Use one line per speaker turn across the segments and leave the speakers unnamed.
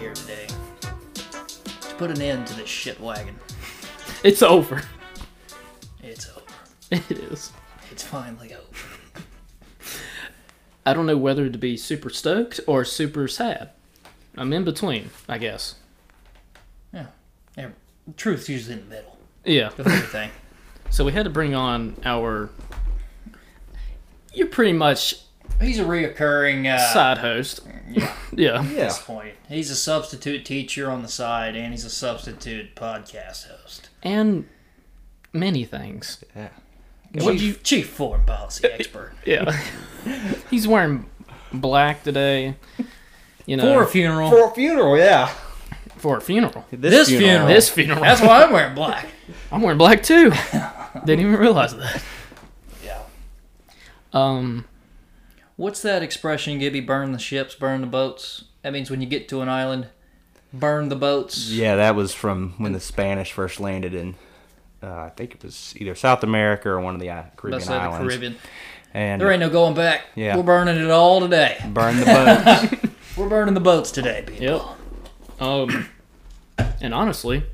here today to put an end to this shit wagon.
It's over.
It's over.
It is.
It's finally over.
I don't know whether to be super stoked or super sad. I'm in between, I guess.
Yeah. yeah. Truth's usually in the middle
Yeah.
of everything.
So we had to bring on our. You're pretty much
He's a reoccurring uh,
side host.
yeah,
Yeah.
at this point. He's a substitute teacher on the side, and he's a substitute podcast host.
And many things.
Yeah.
Chief, chief foreign policy expert.
Yeah. He's wearing black today. You know,
For a funeral.
For a funeral, yeah.
for a funeral.
This funeral.
This funeral.
That's why I'm wearing black.
I'm wearing black too. Didn't even realize that.
Yeah.
Um,
What's that expression, Gibby? Burn the ships, burn the boats. That means when you get to an island, burn the boats.
Yeah, that was from when the Spanish first landed in, uh, I think it was either South America or one of the uh, Caribbean
That's like the
islands.
Caribbean.
And
There ain't no going back.
Yeah.
We're burning it all today.
burned the boats.
We're burning the boats today, people.
yep. Um, and honestly,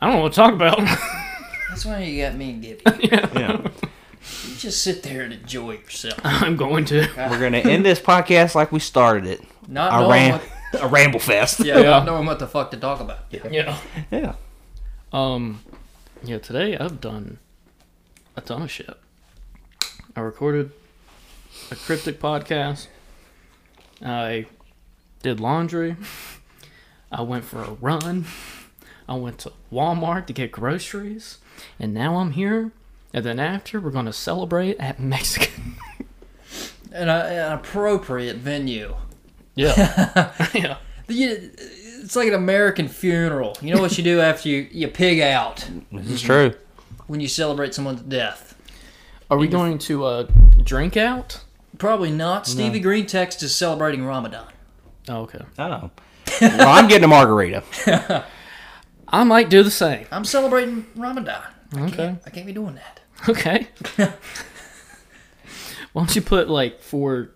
I don't know what to talk about.
That's why you got me and Gibby.
yeah.
You just sit there and enjoy yourself.
I'm going to.
We're going to end this podcast like we started it.
Not
A,
knowing
ram-
what
a ramble fest.
yeah,
Yeah.
not knowing what the fuck to talk about.
Yeah.
Yeah.
Um, yeah. Today I've done a ton of shit. I recorded a cryptic podcast. I did laundry. I went for a run. I went to Walmart to get groceries, and now I'm here. And then after, we're gonna celebrate at Mexican.
And a, an appropriate venue.
Yeah. yeah.
You- It's like an American funeral. You know what you do after you, you pig out
This is true.
when you celebrate someone's death?
Are we going to uh, drink out?
Probably not. Stevie Green text is celebrating Ramadan.
Oh, okay.
I know. Well, I'm getting a margarita.
I might do the same.
I'm celebrating Ramadan. I
Okay.
can't, I can't be doing that.
Okay. Why don't you put like four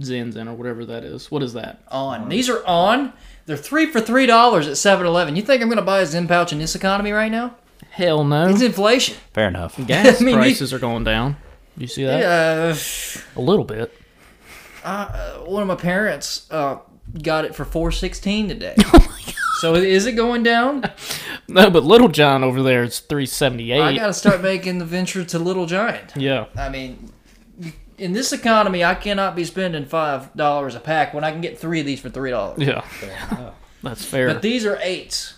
zins in or whatever that is? What is that?
On. These are on. They're three for $3 at 7 Eleven. You think I'm going to buy a Zen pouch in this economy right now?
Hell no.
It's inflation.
Fair enough.
Gas
I mean, you-
prices are going down. You see that?
Uh,
A little bit.
one of my parents uh, got it for 416 today. So is it going down?
No, but Little John over there is three seventy
I
eight.
got to start making the venture to Little Giant.
Yeah.
I mean, in this economy, I cannot be spending $5 a pack when I can get three of these for $3.
Yeah. That's fair.
But these are eights.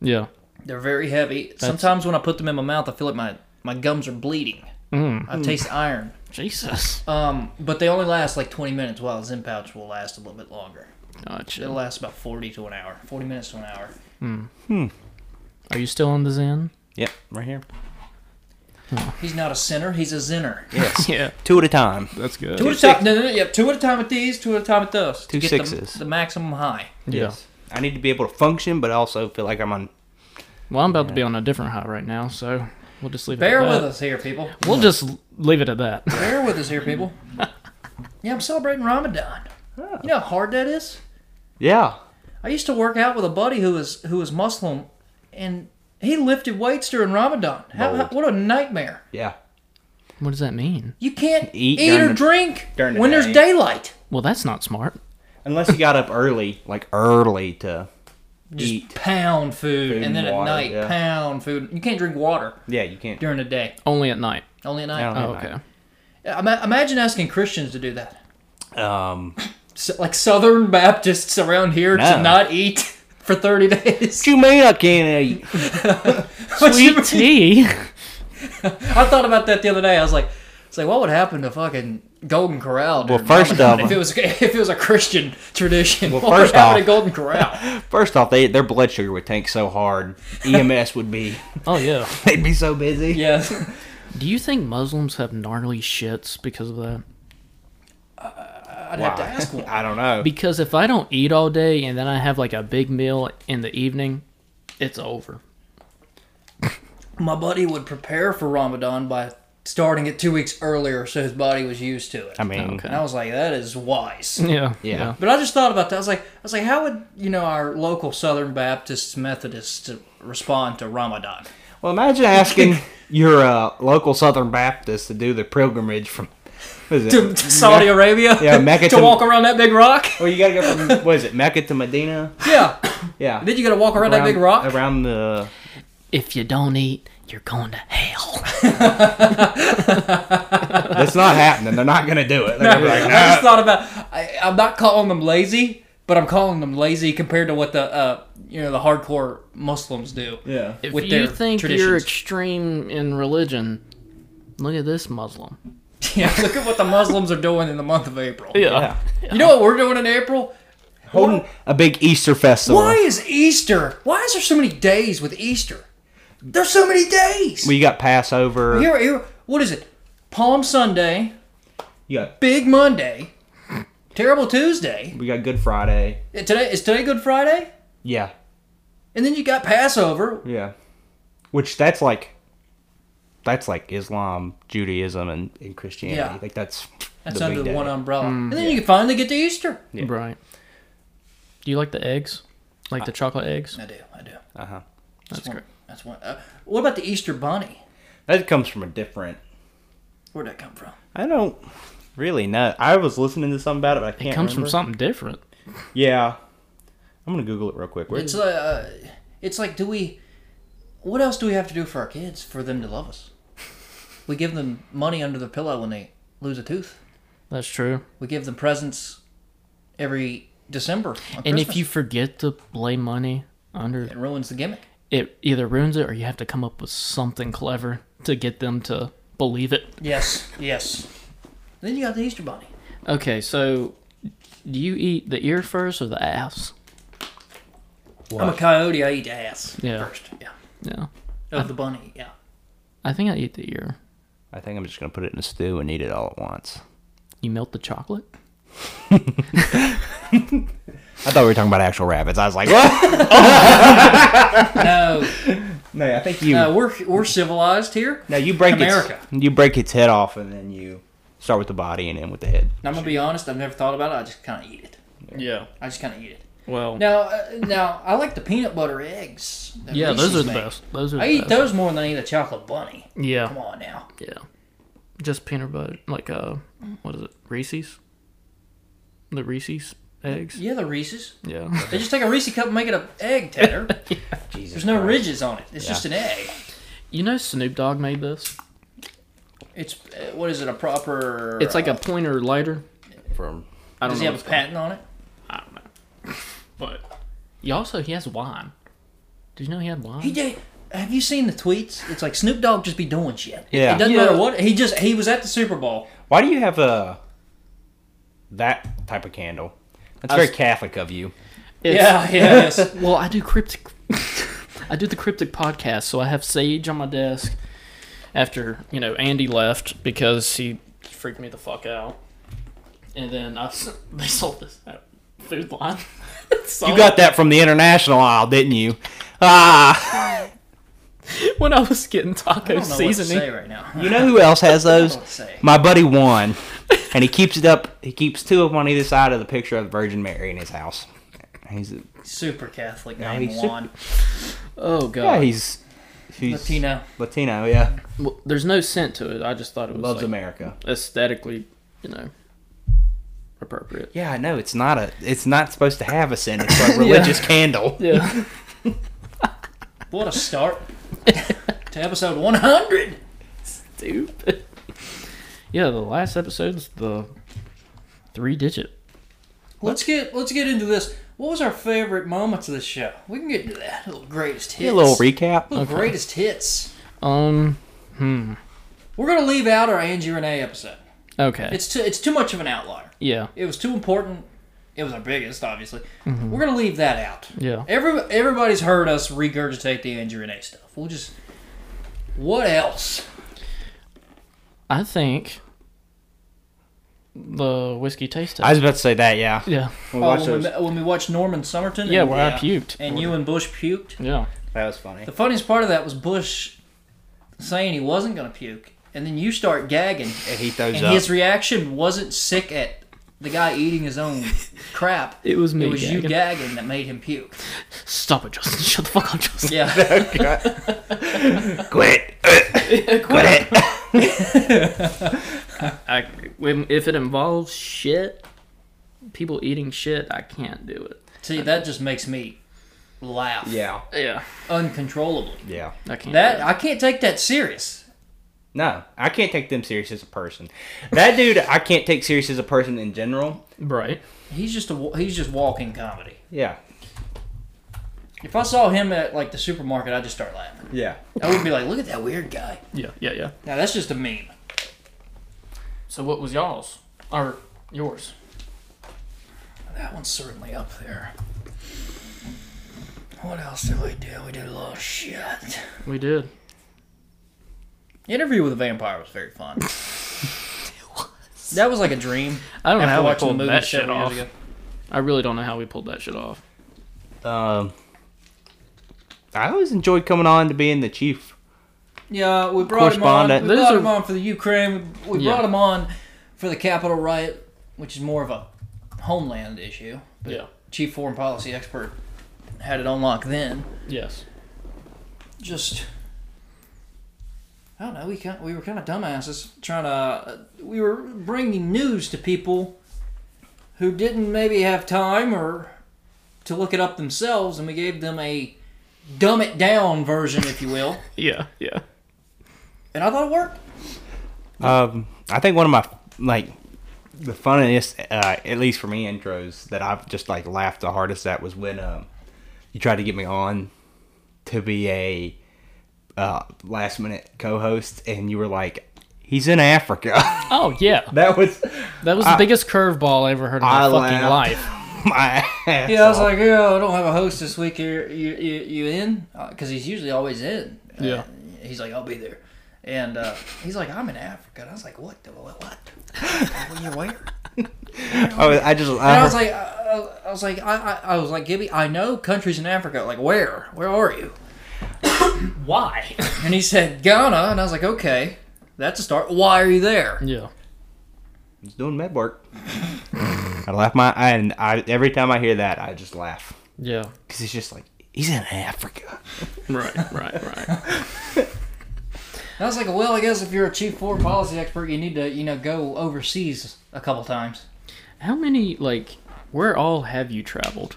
yeah.
They're very heavy. Sometimes when I put them in my mouth, I feel like my, my gums are bleeding. I taste iron.
Mm. Jesus.
Um, but they only last like 20 minutes, while a Zen pouch will last a little bit longer. It'll
Gotcha.
last about 40 to an hour, 40 minutes to an hour.
Are you still on the Zen?
Yep, right here.
He's not a sinner, he's a zinner.
yeah.
Two at a time.
That's good.
Two at a time. No, no, no, yep, two at a time at these, two at a time at those. to
Two
get the-
sixes.
The, maximum high.
Yeah.
I need to be able to function, but also feel like I'm on.
Well, I'm about to be on a different high right now, so we'll just leave
Bear
it at
with
Uh,
that.
us here, people.
We'll just leave it at that.
Bear with us here, people. Yeah, I'm celebrating Ramadan.
Oh.
You know how hard that is?
Yeah.
I used to work out with a buddy who was who was Muslim, and he lifted weights during Ramadan. How, how,
Bold.
what a nightmare!
Yeah.
What does that mean?
You can't
Eat
eat,
during
or
the-
drink
during the
when there's
day.
daylight.
Well, that's not smart.
Unless you got up early, like early to
Just
eat.
pound food,
Food
and then
and water,
at night
yeah.
pound food. You can't drink water
Yeah, you can't.
during the day,
Only at night.
only at
I
night. Uh,
Oh,
don't
okay.
Ima- imagine asking Christians to do that.
Um,
So, like Southern Baptists around here to
No.
not eat for thirty days.
what you mean I can't eat?
What you
Sweet
mean?
tea.
I thought about that the other day. I was like, it's like, what would happen to fucking Golden Corral? during
Well, first
Ramadan
off-
if it was if it was a Christian tradition,
Well,
what
first
would happen to
off-
Golden Corral?
First off, they, their blood sugar would tank so hard. EMS would be.
Oh yeah.
They'd be so busy.
yeah,
Do you think Muslims have gnarly shits because of that?
I'd
Why?
have to ask one.
I don't know.
Because if I don't eat all day and then I have like a big meal in the evening, it's over.
My buddy would prepare for Ramadan by starting it two weeks earlier, so his body was used to it.
I mean,
Okay.
and I was like, that is wise.
Yeah.
Yeah.
But I just thought about that. I was like, I was like, how would you know our local Southern Baptists, Methodists respond to Ramadan?
well, imagine asking your uh, local Southern Baptist to do the pilgrimage from. What is it?
To Saudi Arabia?
Yeah, Mecca
to
to-
walk around that big rock?
well, you gotta go from what is it, Mecca to Medina?
Yeah.
Yeah.
Then you got to walk around, that big rock.
around the
If you don't eat, you're going to hell.
That's not happening. They're not gonna do it. They're gonna be like,
I just thought about. I, I'm not calling them lazy, but I'm calling them lazy compared to what the uh, you know the hardcore Muslims do.
yeah.
If
With
you
their
think you're
traditions.
extreme in religion, look at this Muslim.
Yeah, look at what the Muslims are doing in the month of April.
Yeah.
You know what we're doing in April?
Holding a big Easter festival.
Why is Easter? Why is there so many days with Easter? There's so many days.
We got Passover.
Here, here, what is it? Palm Sunday,
You got,
Big Monday, Terrible Tuesday.
we got Good Friday.
Uh, Today is today Good Friday,
Yeah.
and then you got Passover.
Yeah. Which that's like that's like Islam, Judaism and, and Christianity.
Yeah.
Like that's
That's
the
under
big
the
day. Mm,
one umbrella, and then you finally get to Easter.
Right. Do you like the eggs? Like the chocolate eggs?
I do, I do.
Uh-huh.
That's
one,
great.
That's one. Uh, what about the Easter Bunny?
That comes from a different
Where'd that come from?
I don't really know. I was listening to something about it, but I can't
It comes
remember.
from something different.
Yeah. I'm gonna Google it real quick. Where
It's uh, it's like, do we? What else do we have to do for our kids for them to love us? We give them money under the pillow when they lose a tooth.
That's true.
We give them presents every December. On
And
Christmas.
if you forget to lay money under
it ruins the gimmick.
it either ruins it or you have to come up with something clever to get them to believe it.
Yes, yes. And then you got the Easter Bunny.
Okay, so do you eat the ear first or the ass?
I'm a coyote. I eat ass
Yeah.
first. Yeah.
Yeah.
Of the bunny. Yeah.
I think I eat the ear.
I think I'm just gonna put it in a stew and eat it all at once.
You melt the chocolate?
I thought we were talking about actual rabbits. I was like, what?
No,
no, I think you
no, Uh, we're we're civilized here.
No, you break
America.
Its, you break its head off, and then you start with the body and end with the head.
And I'm gonna be honest. I've never thought about it. I just kind of eat it.
Yeah.
I just kind of eat it.
Well,
Now, uh, now I like the peanut butter eggs. that
yeah,
Reese's
those are the
make.
best. Those are the
I eat
best.
those more than I eat a chocolate bunny.
Yeah.
Come on now.
Yeah. Just peanut butter, like uh, what is it? Reese's. The Reese's eggs.
Yeah, the Reese's.
Yeah.
They just take a Reese cup and make it an egg tender.
Jesus,
There's no ridges on it. It's just an egg.
You know Snoop Dogg made this.
It's uh, what is it? A proper.
It's like
uh,
a pointer lighter.
From
I don't
Does
know.
he have a
what's called.
patent on it?
I don't know. But he also he has wine. Did you know he had wine?
He did. Have you seen the tweets? It's like Snoop Dogg just be doing shit. It-
Yeah.
It doesn't
Yeah.
matter what. He just he was at the Super Bowl.
why do you have a that type of candle? That's
I was-
very Catholic of you.
It's-
Yeah, yeah. it is.
Well, I do cryptic. I do the cryptic podcast, so I have Sage on my desk. After you know Andy left because he freaked me the fuck out, and then I s- they sold this at food line.
You got that from the international aisle, didn't you? Ah,
when I was getting
I
taco
don't know what to say
seasoning.
right now.
you know who else has those?
Don't say.
My buddy Juan, and he keeps it up. He keeps two of them on either side of the picture of the Virgin Mary in his house. He's
Super Catholic
Yeah,
name
he's super-
Juan.
Oh
yeah,
god,
he's, he's
Latino.
Latino, yeah,
well, there's no scent to it. I just thought it was
loves
like,
America.
aesthetically, you know, appropriate.
Yeah, I know it's not a. It's not supposed to have a sin. It's a religious candle.
Yeah,
What a start to episode 100.
stupid. Yeah, the last episode's the three digit.
Let's get let's get into this. What was our favorite moments of the show? We can get into that. Little greatest hits.
A little recap.
Little greatest hits.
Um.
We're gonna leave out our Angie Renee episode.
Okay.
It's too it's too much of an outlier.
yeah.
It was too important. It was our biggest, obviously.
Mm-hmm.
We're gonna leave that out.
Yeah.
Every everybody's heard us regurgitate the Angie Renee stuff. We'll just what else?
I think the whiskey taste test.
I was about to say that. Yeah.
yeah.
We
Oh,
watched
when, we,
those.
met- when we watched Norman Summerton.
Yeah,
and,
where I puked.
And you and Bush puked.
Yeah.
That was funny.
The funniest part of that was Bush saying he wasn't going to puke, and then you start gagging.
I heat those
And
up.
his reaction wasn't sick at the guy eating his own crap.
It was me
It was you
gagging.
gagging that made him puke.
Stop it, Justin. Shut the fuck up, Justin.
Yeah.
Quit. Quit.
I, when- if it involves shit, people eating shit, I can't do it.
See, that just makes me laugh
Yeah.
Yeah,
uncontrollably.
Yeah.
I can't.
That I can't take that serious.
No, I can't take them serious as a person. That dude, I can't take serious as a person in general.
do it. right.
He's just a wa- he's just walking comedy.
Yeah.
If I saw him at like the supermarket, I'd just start laughing.
Yeah.
I would be like, "Look at that weird guy."
Yeah, yeah, yeah.
Now that's just a meme.
So what was y'all's or yours?
That one's certainly up there. What else did we do? We did a lot of shit.
We did.
Interview with a Vampire was very fun. That was like a dream.
I don't know
After
how we
watching the
pulled
movie
that shit
several years
off.
ago.
I really don't know how we pulled that shit off.
Um, I always enjoyed coming on to being the chief.
Yeah, we brought him on. We
Correspondent.
Those
brought
are-
him on for the Ukraine. We, we
Yeah.
brought him on for the Capitol riot, which is more of a homeland issue. But
Yeah.
chief foreign policy expert had it on lock then.
Yes.
Just, I don't know. We kind we were kind of dumbasses trying to. Uh, we were bringing news to people who didn't maybe have time or to look it up themselves, and we gave them a dumb it down version, if you will.
Yeah. Yeah.
And I thought it worked.
Um, I think one of my like the funniest, uh, at least for me, intros that I've just like laughed the hardest at was when um you tried to get me on to be a uh, last minute co-host, and you were like, "He's in Africa."
Oh yeah.
that was
That was the biggest curveball I ever heard in my
I
fucking
laughed.
life.
my ass
Yeah, I was
off.
like, yeah, I don't have a host this week. Here, you you, you in? Because he's usually always in. Uh,
Yeah.
he's like, I'll be there, and uh, he's like, I'm in Africa. And I was like, what? The, what? What? What you where?
I was, Oh, I just
And I was like, I, I was like, I, I, I was like, Gibby, I know countries in Africa. Like, where? Where are you?
Why?
And he said Ghana, and I was like, okay, that's a start. Why are you there?
yeah.
was doing med work. I laugh my and I every time I hear that I just laugh
Yeah.
because it's just like he's in Africa.
Right. Right. Right.
And I was like, well, I guess if you're a chief foreign policy expert, you need to, you know, go overseas a couple times.
how many like? Where all have you traveled?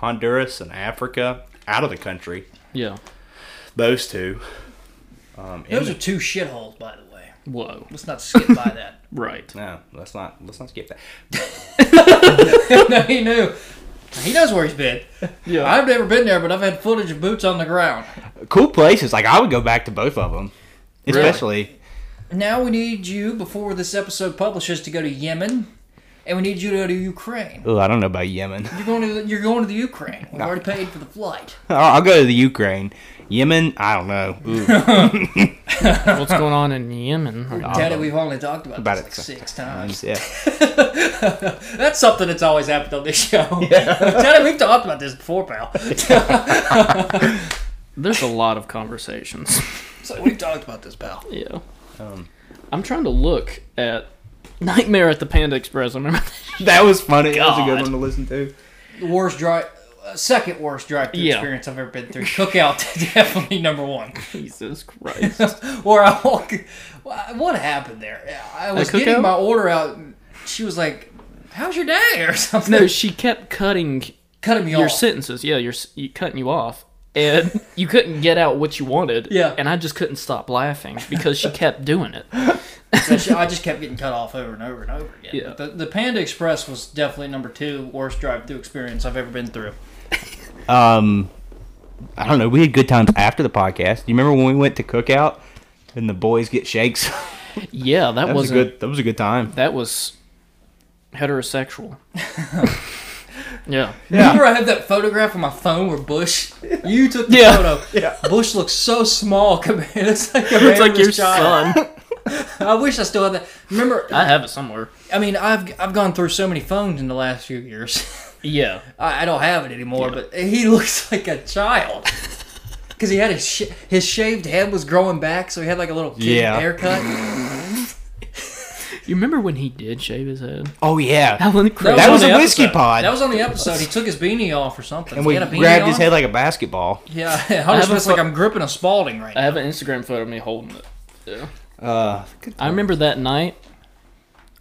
Honduras and Africa, out of the country.
Yeah.
Those two. Um, in
Those are
the-
two shitholes, by the way.
Whoa.
Let's not skip by that.
Right.
no, let's not let's not skip that.
no, he knew. He knows where he's been.
Yeah.
I've never been there, but I've had footage of boots on the ground.
Cool places. Like I would go back to both of them, especially.
Now we need you, before this episode publishes, to go to Yemen, and we need you to go to Ukraine.
Ooh, I don't know about Yemen.
You're going to the, you're going to the Ukraine. We've already paid for the flight.
I'll I'll go to the Ukraine. Yemen, I don't know. Ooh,
What's going on in Uh, Yemen?
Daddy, we've only talked about,
About
this
it,
like
so-
six times.
yeah.
That's something that's always happened on this show. Daddy, we've talked about this before, pal.
There's a lot of conversations.
so we've talked about this, pal.
Yeah.
Um.
I'm trying to look at Nightmare at the Panda Express. I remember that.
That was funny. That was a
God.
good one to listen to.
The worst drive, uh, second worst drive-through
Yeah.
experience I've ever been through. Cookout, definitely number one.
Jesus Christ.
where I walk. What happened there? I was getting
cookout?
my order out. And she was like, "How's your day?" or something.
No, she kept cutting
cutting me
your
off.
sentences. Yeah, you're, s- you cutting you off. And you couldn't get out what you wanted.
Yeah.
And I just couldn't stop laughing because she kept doing it.
So she- I just kept getting cut off over and over and over again.
Yeah.
But The, the Panda Express was definitely number two worst drive-through experience I've ever been through.
um I don't know, we had good times after the podcast. Do you remember when we went to cookout and the boys get shakes?
Yeah, that,
that was a
wasn't.
good that was a good time.
That was heterosexual. yeah.
Yeah.
Remember, I had that photograph on my phone where Bush. You took the
Yeah.
photo.
Yeah.
Bush looks so small compared. It's like a
It's like
man's
your
child.
son.
I wish I still had that. Remember,
I have it somewhere.
I mean, I've I've gone through so many phones in the last few years.
Yeah.
I, I don't have it anymore, but he looks like a child. because he had his sh- his shaved head was growing back, so he had like a little kid
Yeah.
haircut.
You remember when he did shave his head?
Oh yeah,
Alan
That
Craig.
that
was
was
on
a
the
whiskey
episode.
pod,
That was on the episode. He took his beanie off or something.
and
he
we
had a beanie
grabbed
on.
his head like a basketball.
Yeah,
I
Hunter's
have a
just like I'm gripping a Spalding right
I
now.
have an Instagram photo of me holding it. Yeah.
Uh,
I remember that night.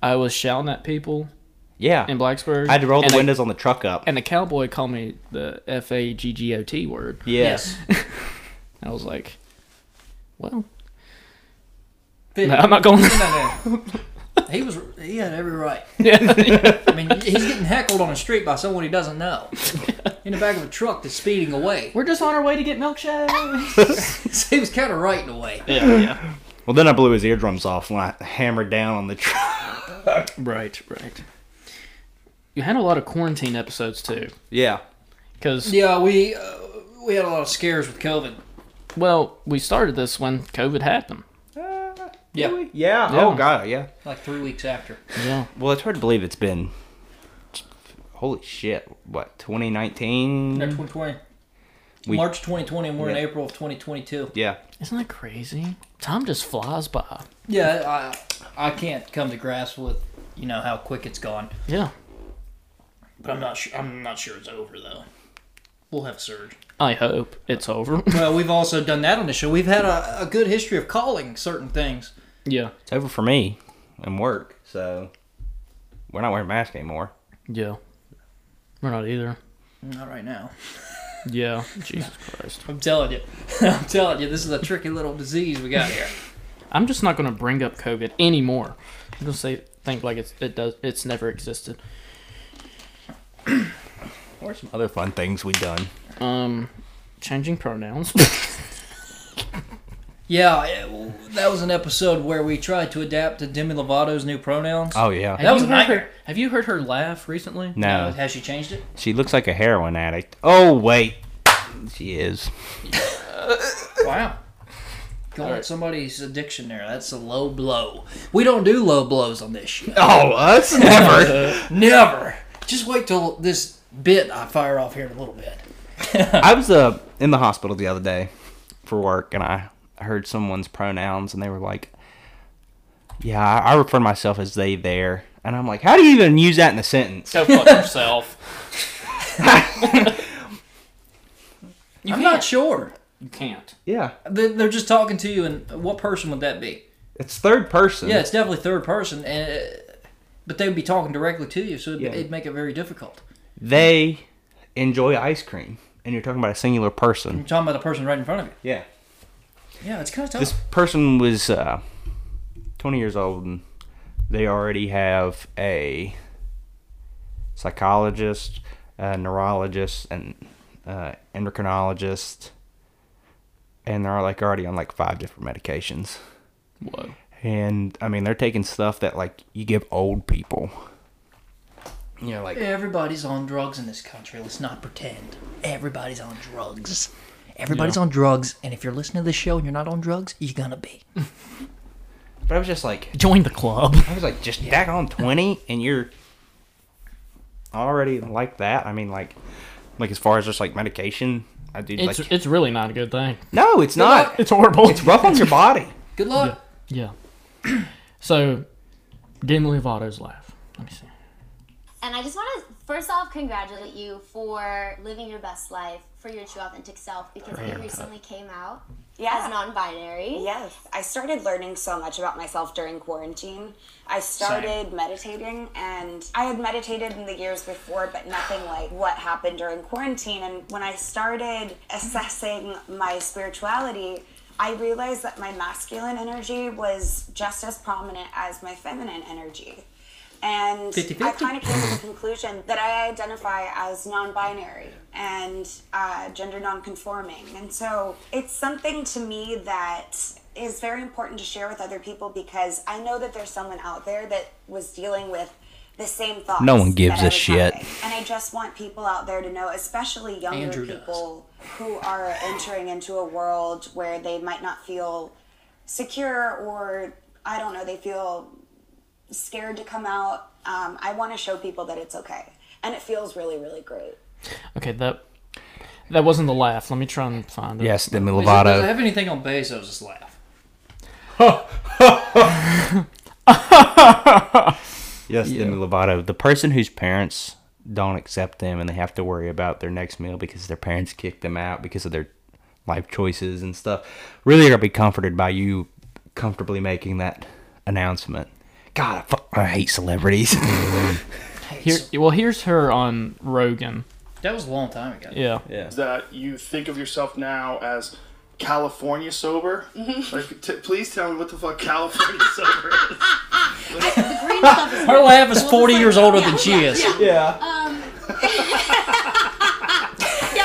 I was shouting at people
yeah,
in Blacksburg.
I had to roll the
and a-
windows on the truck up.
and a cowboy called me the F A G G O T word.
Yes,
And I was like, well,
Fitty.
no, I'm not going.
Get down there. he was he had every right.
yeah.
I mean, he's getting heckled on the street by someone he doesn't know in the back of a truck that's speeding away.
We're just on our way to get milkshakes.
So he was kind of right in a way.
yeah, yeah.
well then I blew his eardrums off when I hammered down on the truck.
Right, right. You had a lot of quarantine episodes too,
Yeah,
because
Yeah, we uh, we had a lot of scares with COVID.
well, we started this when COVID happened.
Yeah.
Really? yeah, Oh
Yeah.
god, yeah.
Like three weeks after.
Yeah,
Well, it's hard to believe it's been. Holy shit! What
Mm-hmm.
2019?
2020.
We-
March 2020, and we're in
Yeah.
April of 2022.
Yeah,
isn't that crazy? Time just flies by.
Yeah, I, I can't come to grasp with, you know, how quick it's gone.
Yeah.
But I'm not sure. I'm not sure it's over though. We'll have a surge.
I hope it's over.
Well, we've also done that on the show. We've had a, a good history of calling certain things.
yeah.
it's over for me and work. So we're not wearing masks anymore.
Yeah. We're not either.
Not right now.
Yeah. Jesus Christ.
I'm telling you. I'm telling you. This is a tricky little disease we got here.
I'm just not going to bring up COVID anymore. I'm going to say think like it's it does it's never existed.
What are some other fun things we done?
Um changing pronouns.
Yeah, it- well, that was an episode where we tried to adapt to Demi Lovato's new pronouns.
Oh yeah.
That was
you
a
heard
nightmare.
her, Have you heard her laugh recently?
No,
Uh, Has she changed it?
she looks like a heroin addict. Oh wait, she is.
Wow. Going at somebody's addiction there. That's a low blow. We don't do low blows on this show.
Oh, us never.
Never. Just wait till this bit I fire off here in a little bit.
I was uh, in the hospital the other day for work, and I heard someone's pronouns, and they were like, "Yeah, I I refer to myself as they there," and I'm like, "How do you even use that in a sentence?"
Go fuck yourself.
I'm not sure.
You can't.
Yeah,
They- They're just talking to you, and what person would that be?
it's third person.
Yeah, it's definitely third person, and uh, but they would be talking directly to you, so it'd,
Yeah.
it'd make it very difficult.
they enjoy ice cream, and you're talking about a singular person.
You're talking about the person right in front of you.
Yeah.
Yeah, it's kind of tough.
This person was uh, 20 years old, and they already have a psychologist, a neurologist, and uh, endocrinologist, and they're like already on like five different medications.
Whoa.
And I mean, they're taking stuff that like you give old people. You know, like
Everybody's on drugs in this country. Let's not pretend. Everybody's on drugs. Everybody's on drugs, and if you're listening to this show and you're not on drugs, you're gonna be.
but I was just like,
Join the club.
I was like, just back on twenty, and you're already like that. I mean, like, like as far as just like medication, I do
It's
like.
it's really not a good thing.
no, it's not.
It's horrible.
It's rough on your body.
Good luck.
yeah. So Demi Lovato's laugh. Let me see.
And I just want to first off congratulate you for living your best life, for your true authentic self, because you recently came out as
Yeah.
non-binary.
Yes. I started learning so much about myself during quarantine. I started meditating and I had meditated in the years before, but nothing like what happened during quarantine. And when I started assessing my spirituality, I realized that my masculine energy was just as prominent as my feminine energy. And I
50-50.
kind of came to the conclusion that I identify as non binary and uh, gender non conforming. And so it's something to me that is very important to share with other people because I know that there's someone out there that was dealing with the same thoughts.
No one gives
that
a
I was
shit.
having. And I just want people out there to know, especially younger
Andrew does.
people who are entering into a world where they might not feel secure or I don't know, they feel scared to come out. Um, I want to show people that it's okay, and it feels really, really great.
Okay, that That wasn't the laugh. Let me try and find it.
Yes, Demi
Does it, does it
Lovato.
have anything on base? I'll just laugh.
Yes, Demi Lovato. The person whose parents don't accept them and they have to worry about their next meal because their parents kicked them out because of their life choices and stuff. Really are to be comforted by you comfortably making that announcement. God, I, fuck, I hate celebrities.
Here, well, here's her on Rogan.
That was a long time ago.
Yeah.
yeah.
that you think of yourself now as California sober? Like, t- please tell me what the fuck California sober is.
The green stuff is
Her laugh is 40
like-
years older
yeah,
than she is.
Um, yeah,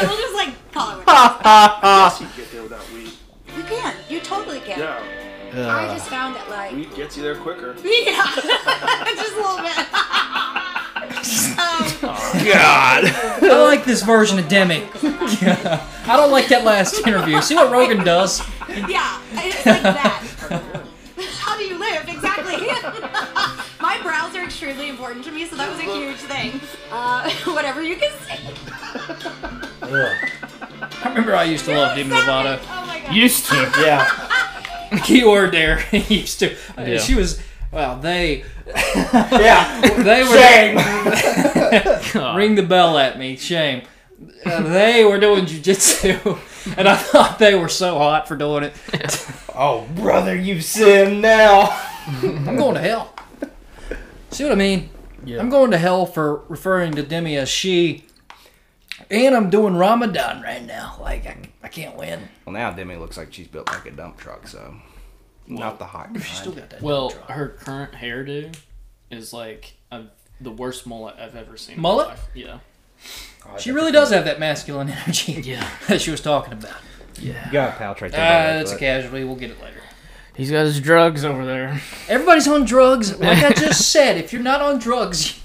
we'll just like call it. what it
Yes, you get there without weed.
is. You can. You totally can.
Yeah,
I just found that like.
weed gets you there quicker.
Yeah, just a little bit. um,
God.
I like this version of Demi. Yeah. I don't like that last interview. See what Rogan does?
yeah, it's like that. How do you live exactly? My brows are extremely important to me, so that was a huge thing. Uh, whatever you can see.
I remember I used to love Demi Lovato.
Oh my god.
Used to.
Yeah.
Keyword there. I used to. I mean,
Yeah.
She was. Well, they
Yeah.
they were ring the bell at me. Shame. Uh, they were doing jujitsu, and I thought they were so hot for doing it.
Oh, brother, you sin now.
I'm going to hell. See what I mean?
Yeah.
I'm going to hell for referring to Demi as she, and I'm doing Ramadan right now. Like I, I can't win.
Well, now Demi looks like she's built like a dump truck, so not the hot kind.
Still got that.
Well,
drop.
her current hairdo is like a, the worst mullet I've ever seen. in my
Mullet?
life. Yeah.
she really does have that masculine energy
Yeah.
that she was talking about.
You got a pouch right there. by
Uh,
that
it's a
foot.
casualty. We'll get it later.
He's got his drugs over there.
Everybody's on drugs. Like I just said, if you're not on drugs,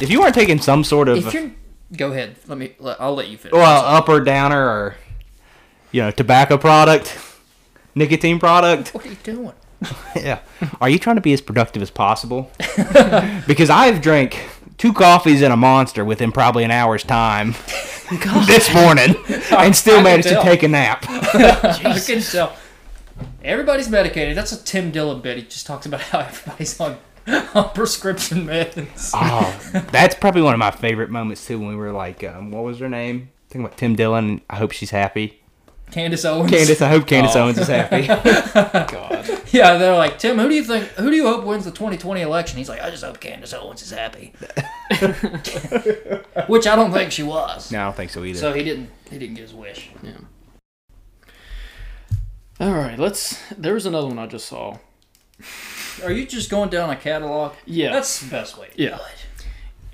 If you aren't taking some sort of
if you're go ahead. Let me. Let, I'll let you finish.
well, up or downer or you know tobacco product, nicotine product,
what are you doing?
yeah, are you trying to be as productive as possible? because I've drank two coffees and a monster within probably an hour's time this morning, and
I
still
can
managed to
tell.
take a nap.
I can tell. Everybody's medicated. That's a Tim Dillon bit. He just talks about how everybody's on, on prescription meds.
oh, that's probably one of my favorite moments too. When we were like, um, what was her name? Talking about Tim Dillon. I hope she's happy.
Candace Owens.
Candace, I hope Candace Owens is happy.
God.
Yeah, they're like Tim. Who do you think? Who do you hope wins the 2020 election? He's like, I just hope Candace Owens is happy, which I don't think she was.
no, I don't think so either.
So he didn't. He didn't get his wish.
All right, let's. There was another one I just saw.
Are you just going down a catalog?
Yeah.
That's the best way. To
Yeah.
Do it.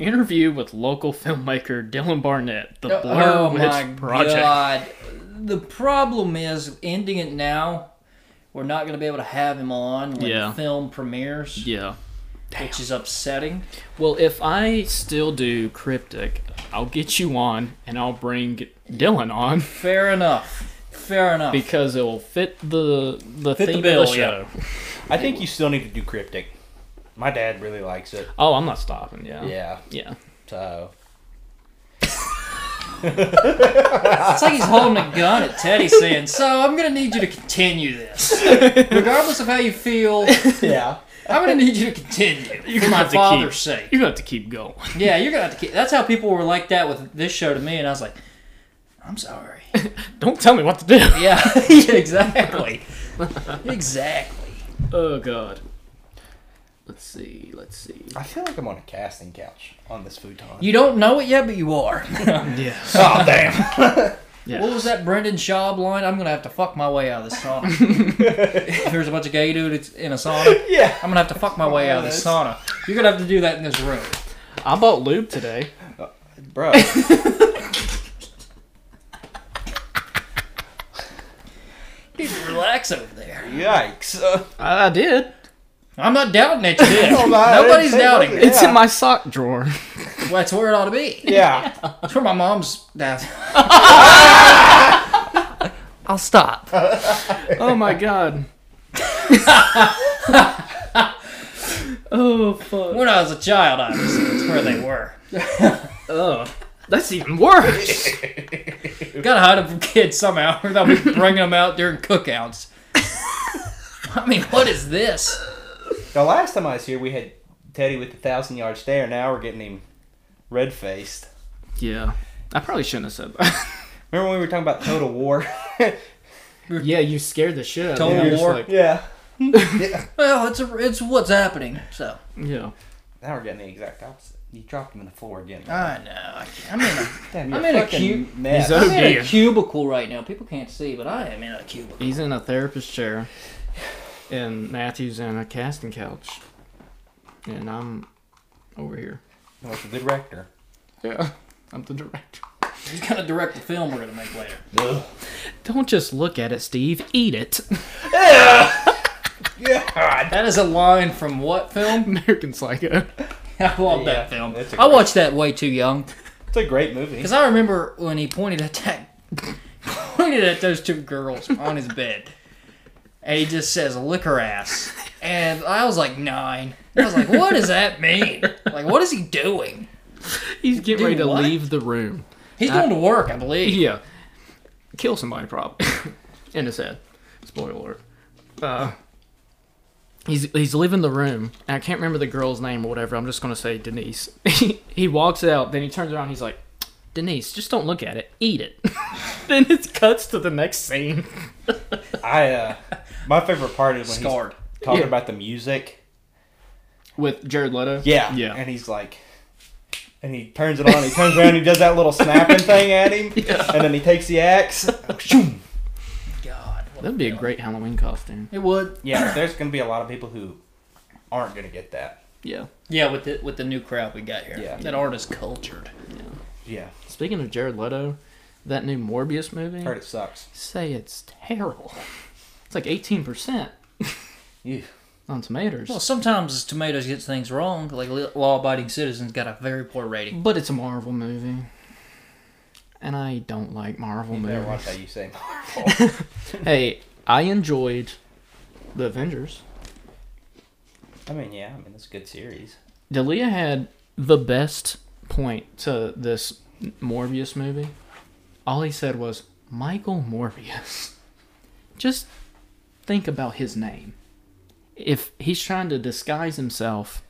Interview with local filmmaker Dylan Barnett, The Blur
oh
Witch
my
Project.
god! The problem is ending it now. We're not going to be able to have him on when
Yeah.
the film premieres,
Yeah.
which is upsetting.
Well, if I still do cryptic, I'll get you on and I'll bring Dylan on
Fair enough. Fair enough.
because it'll fit the the
Fit the
theme
bill,
of the show.
I think you still need to do cryptic. My dad really likes it.
Oh, I'm not stopping. Yeah.
Uh, Yeah.
Yeah.
So
It's like he's holding a gun at Teddy, saying, "So I'm going to need you to continue this, regardless of how you feel.
yeah.
I'm going to need you to continue for
gonna
my
have to
father's
keep-
sake."
You have to keep going.
Yeah, you're gonna have to. Keep, that's how people were like that with this show to me, and I was like, "I'm sorry."
Don't tell me what to do.
Yeah, yeah, exactly. exactly.
Oh God. Let's see. Let's see.
I feel like I'm on a casting couch on this futon.
You don't know it yet, but you are.
Yes.
oh damn.
Yeah.
What was that Brendan Schaub line? I'm gonna have to fuck my way out of this sauna. if there's a bunch of gay dudes in a sauna,
yeah.
I'm gonna have to fuck my way out of this sauna. You're gonna have to do that in this room.
I bought lube today.
Bro.
You need to relax over there.
Yikes. Uh,
I, I did.
I'm not doubting it, you did.
Oh, no, I didn't
Nobody's
say
doubting
nothing.
it.
It's in my sock drawer.
Well, that's where it ought to be.
yeah.
That's where my mom's. Nah.
I'll stop. oh my God. oh fuck.
When I was a child, obviously, that's where they were.
Oh, that's even worse.
Gotta hide them from kids somehow, or they'll be bringing them out during cookouts. I mean, what is this?
The last time I was here, we had Teddy with the thousand yard stare. Now we're getting him red faced.
Yeah. I probably shouldn't have said that.
Remember when we were talking about Total War?
Yeah, you scared the shit out
Total
of me. You're just
war.
like,
yeah. yeah.
Well, it's a, it's what's happening. So
yeah.
Now we're getting the exact opposite. You dropped him on the floor again.
I know. I can't- I'm in a,
Damn, you're
I'm in a
fucking
cute-
mess.
He's
I'm
Oh,
in
dear.
a cubicle right now. People can't see, but I am in a cubicle.
He's in a therapist chair, and Matthew's in a casting couch, and I'm over here.
What's the director?
Yeah. I'm the director.
He's gonna direct the film we're gonna make later.
Don't just look at it, Steve. Eat it.
That is a line from what film?
American Psycho.
I love
Yeah,
that film.
that's a
I
great-
watched that way too young.
It's a great movie.
Because I remember when he pointed at that, pointed at those two girls on his bed, and he just says "liquor ass," and I was like nine. I was like, "What does that mean? Like, what is he doing?
He's getting ready to
what?
leave the room.
He's going to work, I believe."
Yeah. Kill somebody, probably. in his head. Spoiler alert. Uh, he's, he's leaving the room. and I can't remember the girl's name or whatever. I'm just going to say Denise. he walks out, then he turns around. He's like, Denise, just don't look at it. Eat it. then it cuts to the next scene.
I uh, my favorite part is when
Scarred.
he's talking
Yeah.
about the music.
With Jared Leto?
Yeah.
Yeah.
And he's like, and he turns it on. He turns around. He does that little snapping thing at him, and then he takes the axe. Shoom.
God, what
That'd be a great Halloween costume.
It would.
Yeah, there's gonna be a lot of people who aren't gonna get that.
Yeah.
Yeah, with the with the new crowd we got here.
Yeah.
That art is cultured.
Yeah,
Speaking of Jared Leto, that new Morbius movie,
heard it sucks.
say it's terrible. It's like 18%
You.
on tomatoes.
Well, sometimes Tomatoes gets things wrong. Like law-abiding citizens got a very poor rating.
But it's a Marvel movie. And I don't like Marvel
Never
movies.
watch that. You say.
Hey, I enjoyed The Avengers.
I mean, yeah. I mean, it's a good series.
Dalia had the best point to this Morbius movie. All he said was, Michael Morbius. Just think about his name. If he's trying to disguise himself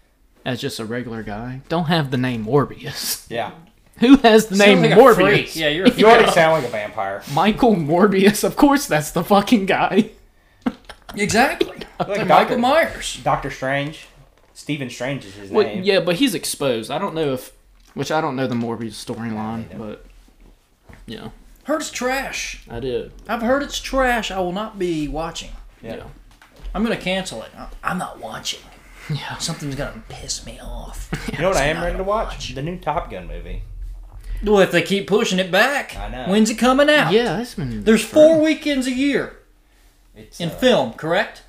as just a regular guy, don't have the name Morbius.
Yeah.
Who has the name
Sounds like a
Morbius?
freak. Yeah, you're a
You already sound like a vampire.
Michael Morbius, of course that's the fucking guy.
Exactly.
Like
Michael
Doctor,
Myers.
Doctor Strange. Stephen Strange is his
Well,
name.
yeah, but he's exposed. I don't know if, which I don't know the Morbius storyline, but yeah,
Heard it's trash.
I did.
I've heard it's trash. I will not be watching.
Yeah.
yeah.
I'm gonna cancel it. I- I'm not watching.
Yeah.
Something's gonna piss me off.
You know what I am
not
ready to
a
watch? The new Top Gun movie.
well, if they keep pushing it back,
I know.
when's it coming out?
Ah, Yeah, that's been.
There's four weekends a year
It's
in
uh,
film, correct?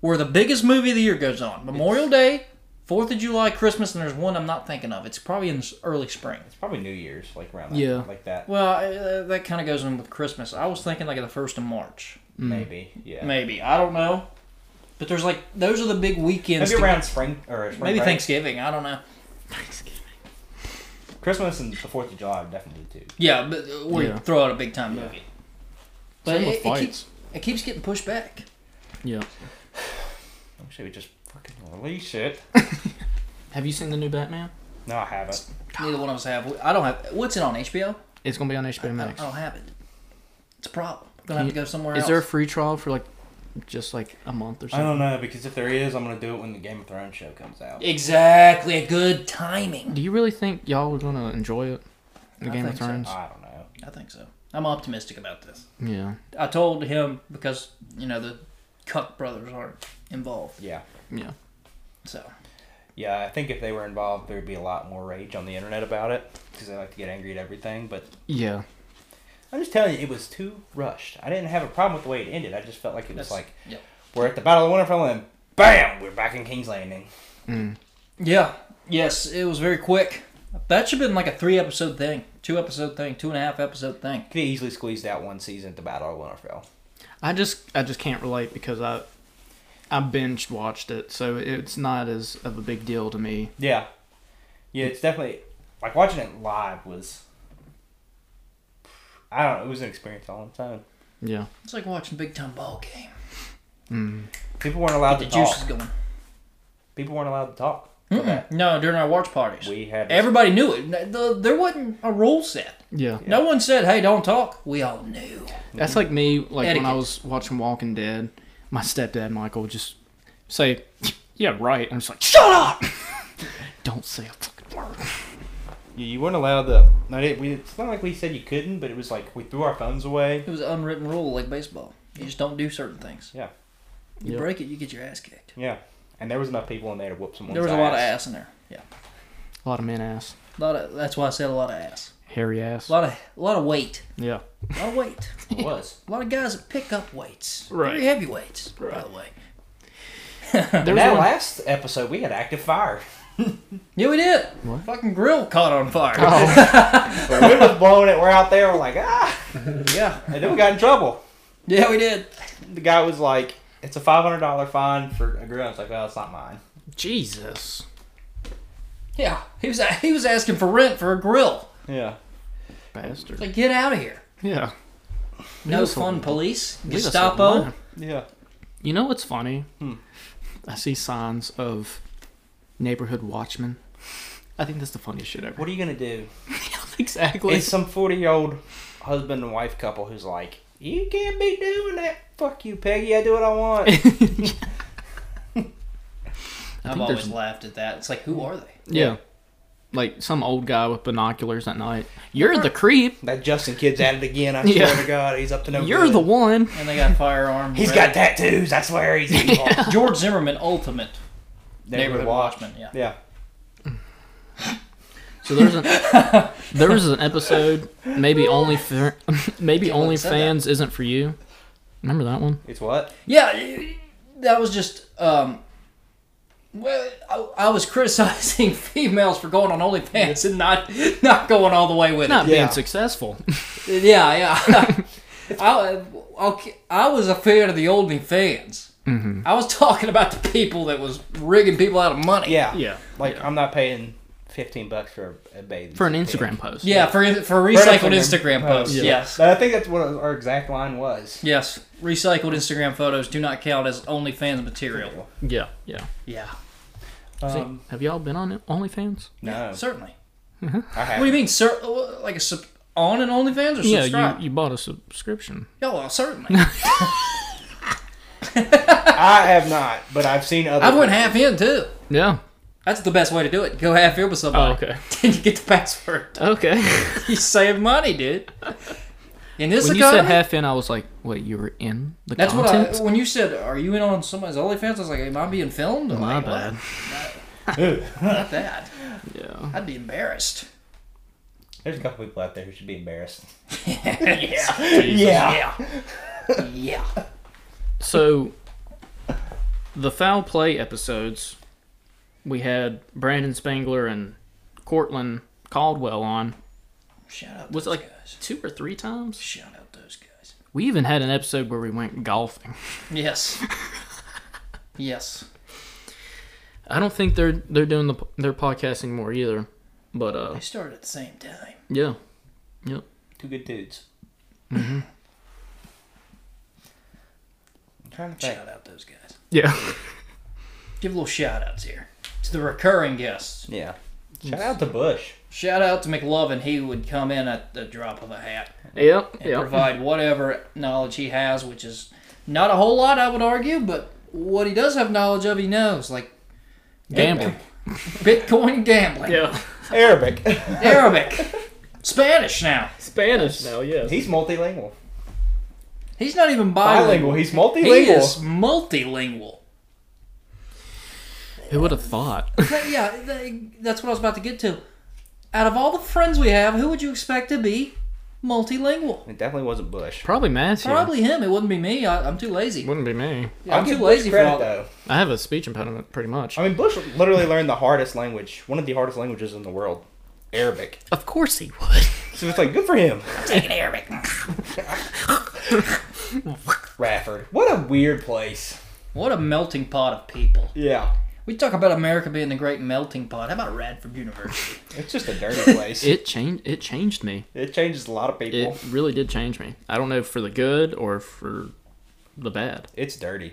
Where the biggest movie of the year goes on Memorial Day, Fourth of July, Christmas, and there's one I'm not thinking of. It's probably in s- early spring.
it's probably New Year's, like around that,
Yeah.
like that.
Well, I- uh, that kind of goes in with Christmas. I was thinking like the first of March,
Maybe. Yeah.
maybe. I don't know. But there's like those are the big weekends.
Maybe
to-
around spring or spring
maybe
break.
Thanksgiving. I don't know.
Christmas and the Fourth of July would definitely do too.
Yeah, but uh, we
Yeah.
throw out a big time movie. But
Same with
it, it,
fights.
keeps, it keeps getting pushed back.
Yeah.
I wish they would just fucking release it.
Have you seen the new Batman?
No, I haven't.
Neither one of us have. I don't have. What's it on HBO?
It's gonna be on HBO
I, I
Max.
don't have it. It's a problem. I'm gonna have to go somewhere
Is
Oh, else.
there a free trial for like, just like a month or
I
something?
don't know because if there is, I'm gonna do it when the Game of Thrones show comes out.
exactly a good timing?
Do you really think y'all are gonna enjoy it? The
I
Game of
think so.
Thrones.
I don't know.
I think so. I'm optimistic about this.
Yeah.
I told him because you know the Cuck brothers aren't involved,
Yeah.
Yeah.
so
Yeah, I think if they were involved, there'd be a lot more rage on the internet about it because they like to get angry at everything. But
Yeah.
I'm just telling you, it was too rushed. I didn't have a problem with the way it ended. I just felt like it was
that's
like
yeah.
we're at the Battle of Winterfell and bam, we're back in King's Landing.
Yeah. Yes, it was very quick. That should have been like a three episode thing, two episode thing, two and a half episode thing.
Could have easily squeezed out one season at the Battle of Winterfell.
I just I just can't relate because I I binge watched it, so it's not as of a big deal to me.
Yeah. Yeah, it's definitely like watching it live was. I don't know. It was an experience all the time.
Yeah.
It's like watching big time ball game.
People weren't allowed
The
to
juice
talk.
is going.
People weren't allowed to talk.
Mm-mm. Mm. No, during our watch parties,
We had
everybody knew it. N- the- There wasn't a rule set.
Yeah.
No one said, "Hey, don't talk." We all knew.
That's like me, like when I
Etiquette.
was watching Walking Dead, my stepdad Michael would just say, "Yeah, right." I'm just like, "Shut up! Don't say a fucking word."
You, you weren't allowed to. Not it, we, it's not like we said you couldn't, but it was like we threw our phones away.
It was an unwritten rule, like baseball. You just don't do certain things.
Yeah.
You
Yep.
break it, you get your ass kicked.
Yeah. And there was enough people in there to whoop someone.
There was a lot of ass in there. Yeah,
A lot of men ass,
a lot of. That's why I said a lot of ass.
hairy ass.
A lot of, a lot of weight.
Yeah.
A lot of weight.
It was.
A lot of guys that pick up weights.
Right.
Very heavy weights, by the way.
There
In
was
that
one-
last episode, we had active fire.
Yeah, we did. Fucking grill caught on fire.
Oh.
The wind was blowing it. We're out there. We're like, ah.
Yeah.
And then we got in trouble.
Yeah, we did.
The guy was like, it's a $500 fine for a grill. I was like, well, it's not mine.
Jesus.
Yeah. He was he was asking for rent for a grill.
Yeah.
Bastard.
Like, get out of here.
yeah.
No
us
fun
alone.
police.
Leave us
Gestapo.
alone.
Yeah.
You know what's funny?
Hmm.
I see signs of neighborhood watchmen. I think that's the funniest shit ever.
What are you going to do?
exactly.
It's some 40 year old husband and wife couple who's like, you can't be doing that. Fuck you, Peggy. I do what I want.
I've
think
always
there's-
laughed at that. It's like, who are they?
yeah. Like some old guy with binoculars at night. You're the creep.
that Justin kid's at it again. I
Yeah.
swear to God. He's up to no
You're the
good.
one.
And they got firearms.
He's got tattoos. I swear he's evil.
George Zimmerman, ultimate neighborhood watchman. Yeah.
Yeah.
So there's an there was an episode maybe only fa- maybe only
said that.
fans isn't for you. Remember that one?
It's what?
Yeah, that was just. Um, well, I, I was criticizing females for going on OnlyFans and not not going all the way with
Not
Yeah.
being successful.
it. Yeah, yeah. I, okay, I was a fan of the OnlyFans. Mm-hmm. I was talking about the people that was rigging people out of money.
Yeah.
Yeah.
Like I'm not paying fifteen bucks for a bathing
for an
suit
Instagram
pic.
post.
Yeah, for for
For an
recycled Instagram posts.
post.
Uh, Yes.
But I think that's what our exact line was.
Yes, recycled Instagram photos do not count as OnlyFans material.
yeah, yeah.
Yeah,
See,
Um,
have y'all been on it- OnlyFans?
no,
certainly.
I
What do you
haven't.
mean, sir? Like a sub- on an OnlyFans or subscribe?
Yeah, you, you bought a subscription.
Yeah, well, certainly.
I have not, but I've seen other.
I went half in too.
Yeah.
That's the best way to do it. Go half in with
Oh,
somebody,
okay.
and you get the password.
Okay.
You save money, dude. In this
When you
economy,
said half in, I was like, "Wait, you were in the
that's
content?"
what I. When you said, "Are you in on somebody's OnlyFans?" I was like, "Am I being filmed?" I'm
My
like,
bad.
What? Not that.
Yeah.
I'd be embarrassed.
There's a couple people out there who should be embarrassed.
Yeah. Yeah.
So, the foul play episodes, we had Brandon Spangler and Cortland Caldwell on.
Shout out
Was
those
it like
guys.
two or three times?
Shout out those guys.
We even had an episode where we went golfing.
Yes. yes.
I don't think they're they're doing the they're podcasting more either, but uh,
They started at the same time.
yeah,
Two good dudes.
Mm-hmm.
I'm trying to think.
Shout out those guys.
yeah,
Give little shout outs here to the recurring guests.
Yeah. Shout out to Bush.
Shout out to McLovin. He would come in at the drop of a hat
yep,
and
yep.
provide whatever knowledge he has, which is not a whole lot, I would argue, but what he does have knowledge of, he knows, like
Gambling.
Bitcoin gambling,
Yeah,
Arabic.
Arabic, Spanish now.
Spanish now. Yes.
he's multilingual.
He's not even bilingual.
Bilingual. He's
He
multilingual.
is multilingual.
Who would have thought?
But yeah, th- that's what I was about to get to. Out of all the friends we have, who would you expect to be multilingual?
It definitely wasn't Bush.
Probably Matthew.
Probably him. It wouldn't be me. I, I'm too lazy.
wouldn't be me.
Yeah, I'm
give
too
Bush
lazy for
credit
all that.
though.
I have a speech impediment, pretty much.
I mean, Bush literally learned the hardest language, one of the hardest languages in the world, Arabic.
Of course he would.
So it's like, good for him.
Taking Arabic.
Rafford. What a weird place.
What a melting pot of people.
Yeah.
We talk about America being the great melting pot. How about Radford University?
It's just a dirty place. it,
It changed. It changed me.
changes a lot of people.
It really did change me. I don't know if for the good or for the bad.
it's dirty.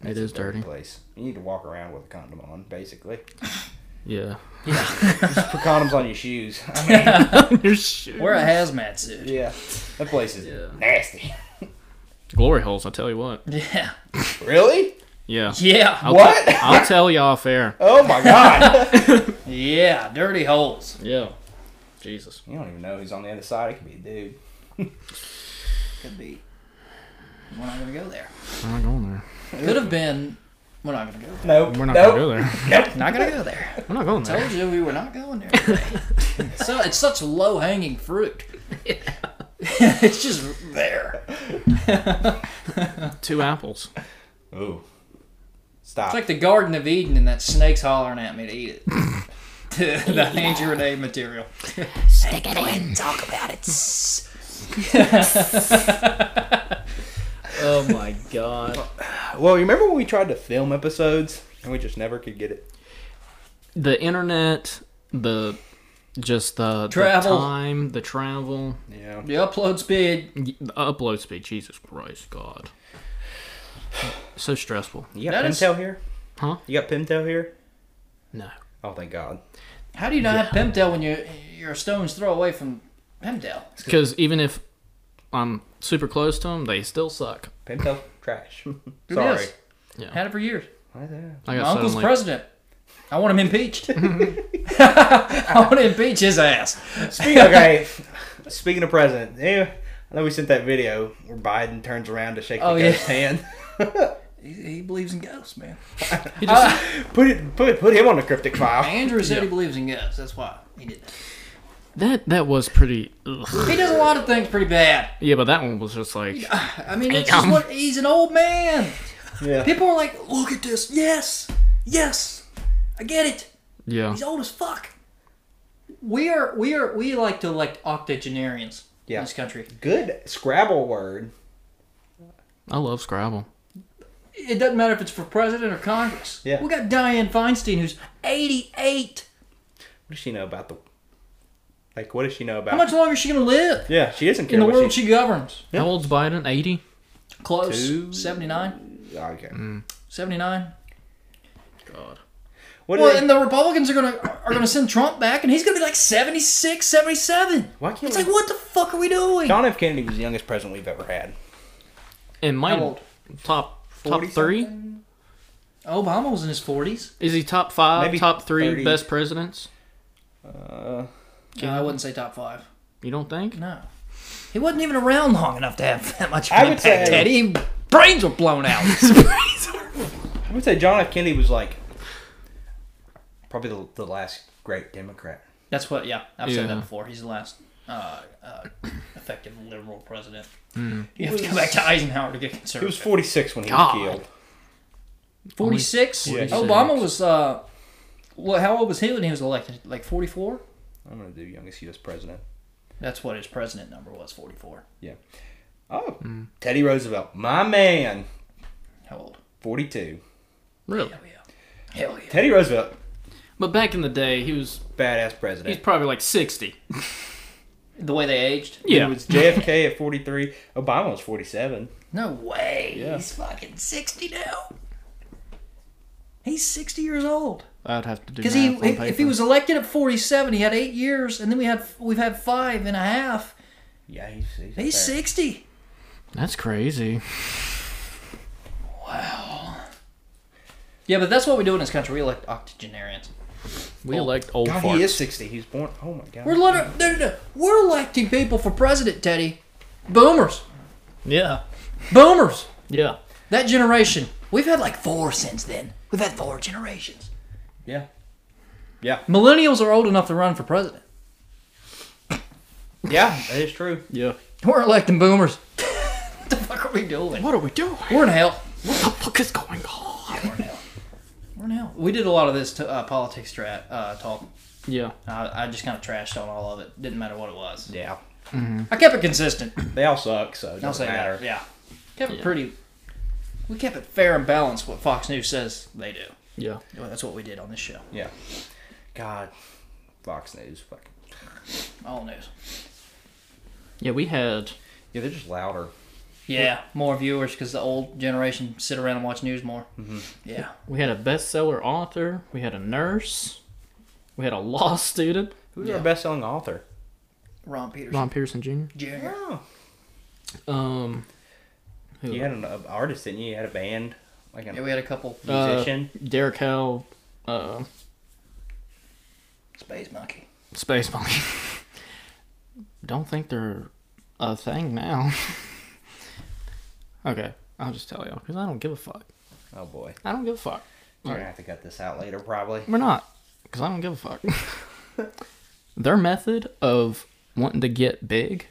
It
It's
is
a dirty
dirty.
place. You need to walk around with a condom on, basically.
Yeah.
Put condoms on your shoes. I mean,
Your shoe-
Wear a hazmat suit.
yeah, that place is
Yeah.
nasty.
Glory holes. I tell you what.
Yeah.
Really?
Yeah.
Yeah.
I'll
What?
te- I'll tell you off air.
Oh my god!
Yeah. Dirty holes.
Yeah. Jesus.
you don't even know who's on the other side. It could be a dude.
Could be. We're not gonna go there.
I'm not going there.
Could have been. We're not gonna go. There.
Nope.
We're not
nope.
gonna go there.
Not gonna go there.
We're not going there.
Told you we were not going there. today. so it's such low hanging fruit. it's just there.
Two apples.
Ooh. Stop.
It's like the Garden of Eden, and that snake's hollering at me to eat it. the the anti Renee material.
Stick it in. Talk about it.
Oh my god.
well, you remember when we tried to film episodes and we just never could get it?
The internet. The just the,
Travel.
the time. The travel.
Yeah.
The upload speed.
The upload speed. Jesus Christ, God. So stressful.
You got
That is-
Pimtail here?
Huh?
You got Pimtail here?
No.
Oh, thank God.
How do you not have Pimdale when you you're a stone's throw away from Pimdale?
Because even if I'm super close to them, they still suck.
Pimtail trash.
It
Sorry.
is. Had it for years.
I
My
got
uncle's
suddenly,
president. I want him impeached. I want to impeach his ass.
Speaking okay, speaking of president, yeah, I know we sent that video where Biden turns around to shake the
Oh, yeah.
guy's hand.
He, he believes in ghosts, man.
He just-
Put it, put put him on the cryptic file.
Andrew said he believes in ghosts. That's why he did that.
that that was pretty. ugh.
He does a lot of things pretty bad.
Yeah, but that one was just like
I mean, it's just what he's an old man.
Yeah.
People are like, look at this. Yes, yes, I get it.
yeah.
He's old as fuck. We are, we are, we like to elect octogenarians
Yeah.
in this country.
Good Scrabble word.
I love Scrabble.
It doesn't matter if it's for president or Congress.
Yeah.
We got Diane Feinstein, who's 88.
What does she know about the? Like, what does she know about?
How much longer is she going to live
Yeah, she doesn't care.
in the
what
world
she,
she governs?
How old's Biden? Eighty.
Close.
Two.
79?
Oh, okay.
79?
God.
What do
Well,
they-
and the Republicans are going to are going to send Trump back, and he's going to be like 76, 77.
why can't
It's
we?
like, what the fuck are we doing?
John F. Kennedy was the youngest president we've ever had.
And my
How old?
top top three
40-something?
Obama was in his 40s.
is he top five?
Maybe
top three
30.
best presidents?
Uh,
No, I wouldn't say top five.
You don't think?
No. He wasn't even around long enough to have that much of an
I would
impact,
say-
Teddy. Brains were blown out.
I would say John F. Kennedy was like probably the, the last great Democrat.
That's what, yeah. I've said
Yeah.
that before. He's the last uh, uh, effective liberal president. You have to go back to Eisenhower to get
Hmm. He was
conservative.
46 when he
God.
was killed.
46?
Yeah.
Obama was, uh, well, how old was he when he was elected? Like 44?
I'm gonna do youngest U.S. president.
That's what his president number was, 44.
Oh, Teddy Roosevelt, my man,
How old?
42.
Really?
Hell yeah.
Teddy Roosevelt,
But back in the day, he was
badass
he's
president.
probably like sixty.
The way they aged?
Yeah.
It was JFK at 43. Obama was 47.
No way.
Yeah.
He's fucking 60 now. He's 60 years old.
I'd have to do.
Because he,
math on
if- if he
paper.
was elected at 47, he had eight years, and then we had we've had five and a half.
Yeah, he's he's,
He's 60.
That's crazy.
Yeah, but that's what we do in this country. We elect octogenarians.
We
Oh,
elect old
God,
farts.
he is 60. He was born. Oh my God.
We're liter- no, no, no. we're electing people for president, Teddy. Boomers,
Yeah.
boomers.
Yeah.
That generation. We've had like four since then. We've had four generations.
yeah.
Millennials are old enough to run for president.
Yeah, that is true.
Yeah.
We're electing boomers. what the fuck are we doing?
What are we doing?
We're in hell.
What the fuck is going on?
We're in hell. We did a lot of this to, uh, politics tra- uh, talk.
Yeah.
I, I just kind of trashed on all of it. Didn't matter what it was.
Yeah.
I kept it consistent.
They all suck, so it
I'll
doesn't
say
matter.
that. Yeah. Kept it pretty. We kept it fair and balanced. What Fox News says they do.
Yeah.
Well, that's what we did on this show.
Yeah. God. Fox News. Fuck.
All news.
Yeah, we had.
Yeah, they're just louder.
Yeah, more viewers because the old generation sit around and watch news more. Mm-hmm. Yeah.
We had a bestseller author. We had a nurse. We had a law student.
Who's our best-selling author?
Ron Peterson
Ron Pearson Jr.
Jr.
Oh.
Um, who-
You had an uh, artist, didn't you? You had a band, like
Yeah,
a
we had a couple.
uh,
musician.
Derek Hell, uh,
Space Monkey.
Space Monkey. Don't think they're a thing now. okay, I'll just tell y'all because I don't give a fuck.
oh boy,
I don't give a fuck.
we're gonna have to cut this out later, probably.
We're not, because I don't give a fuck. Their method of wanting to get big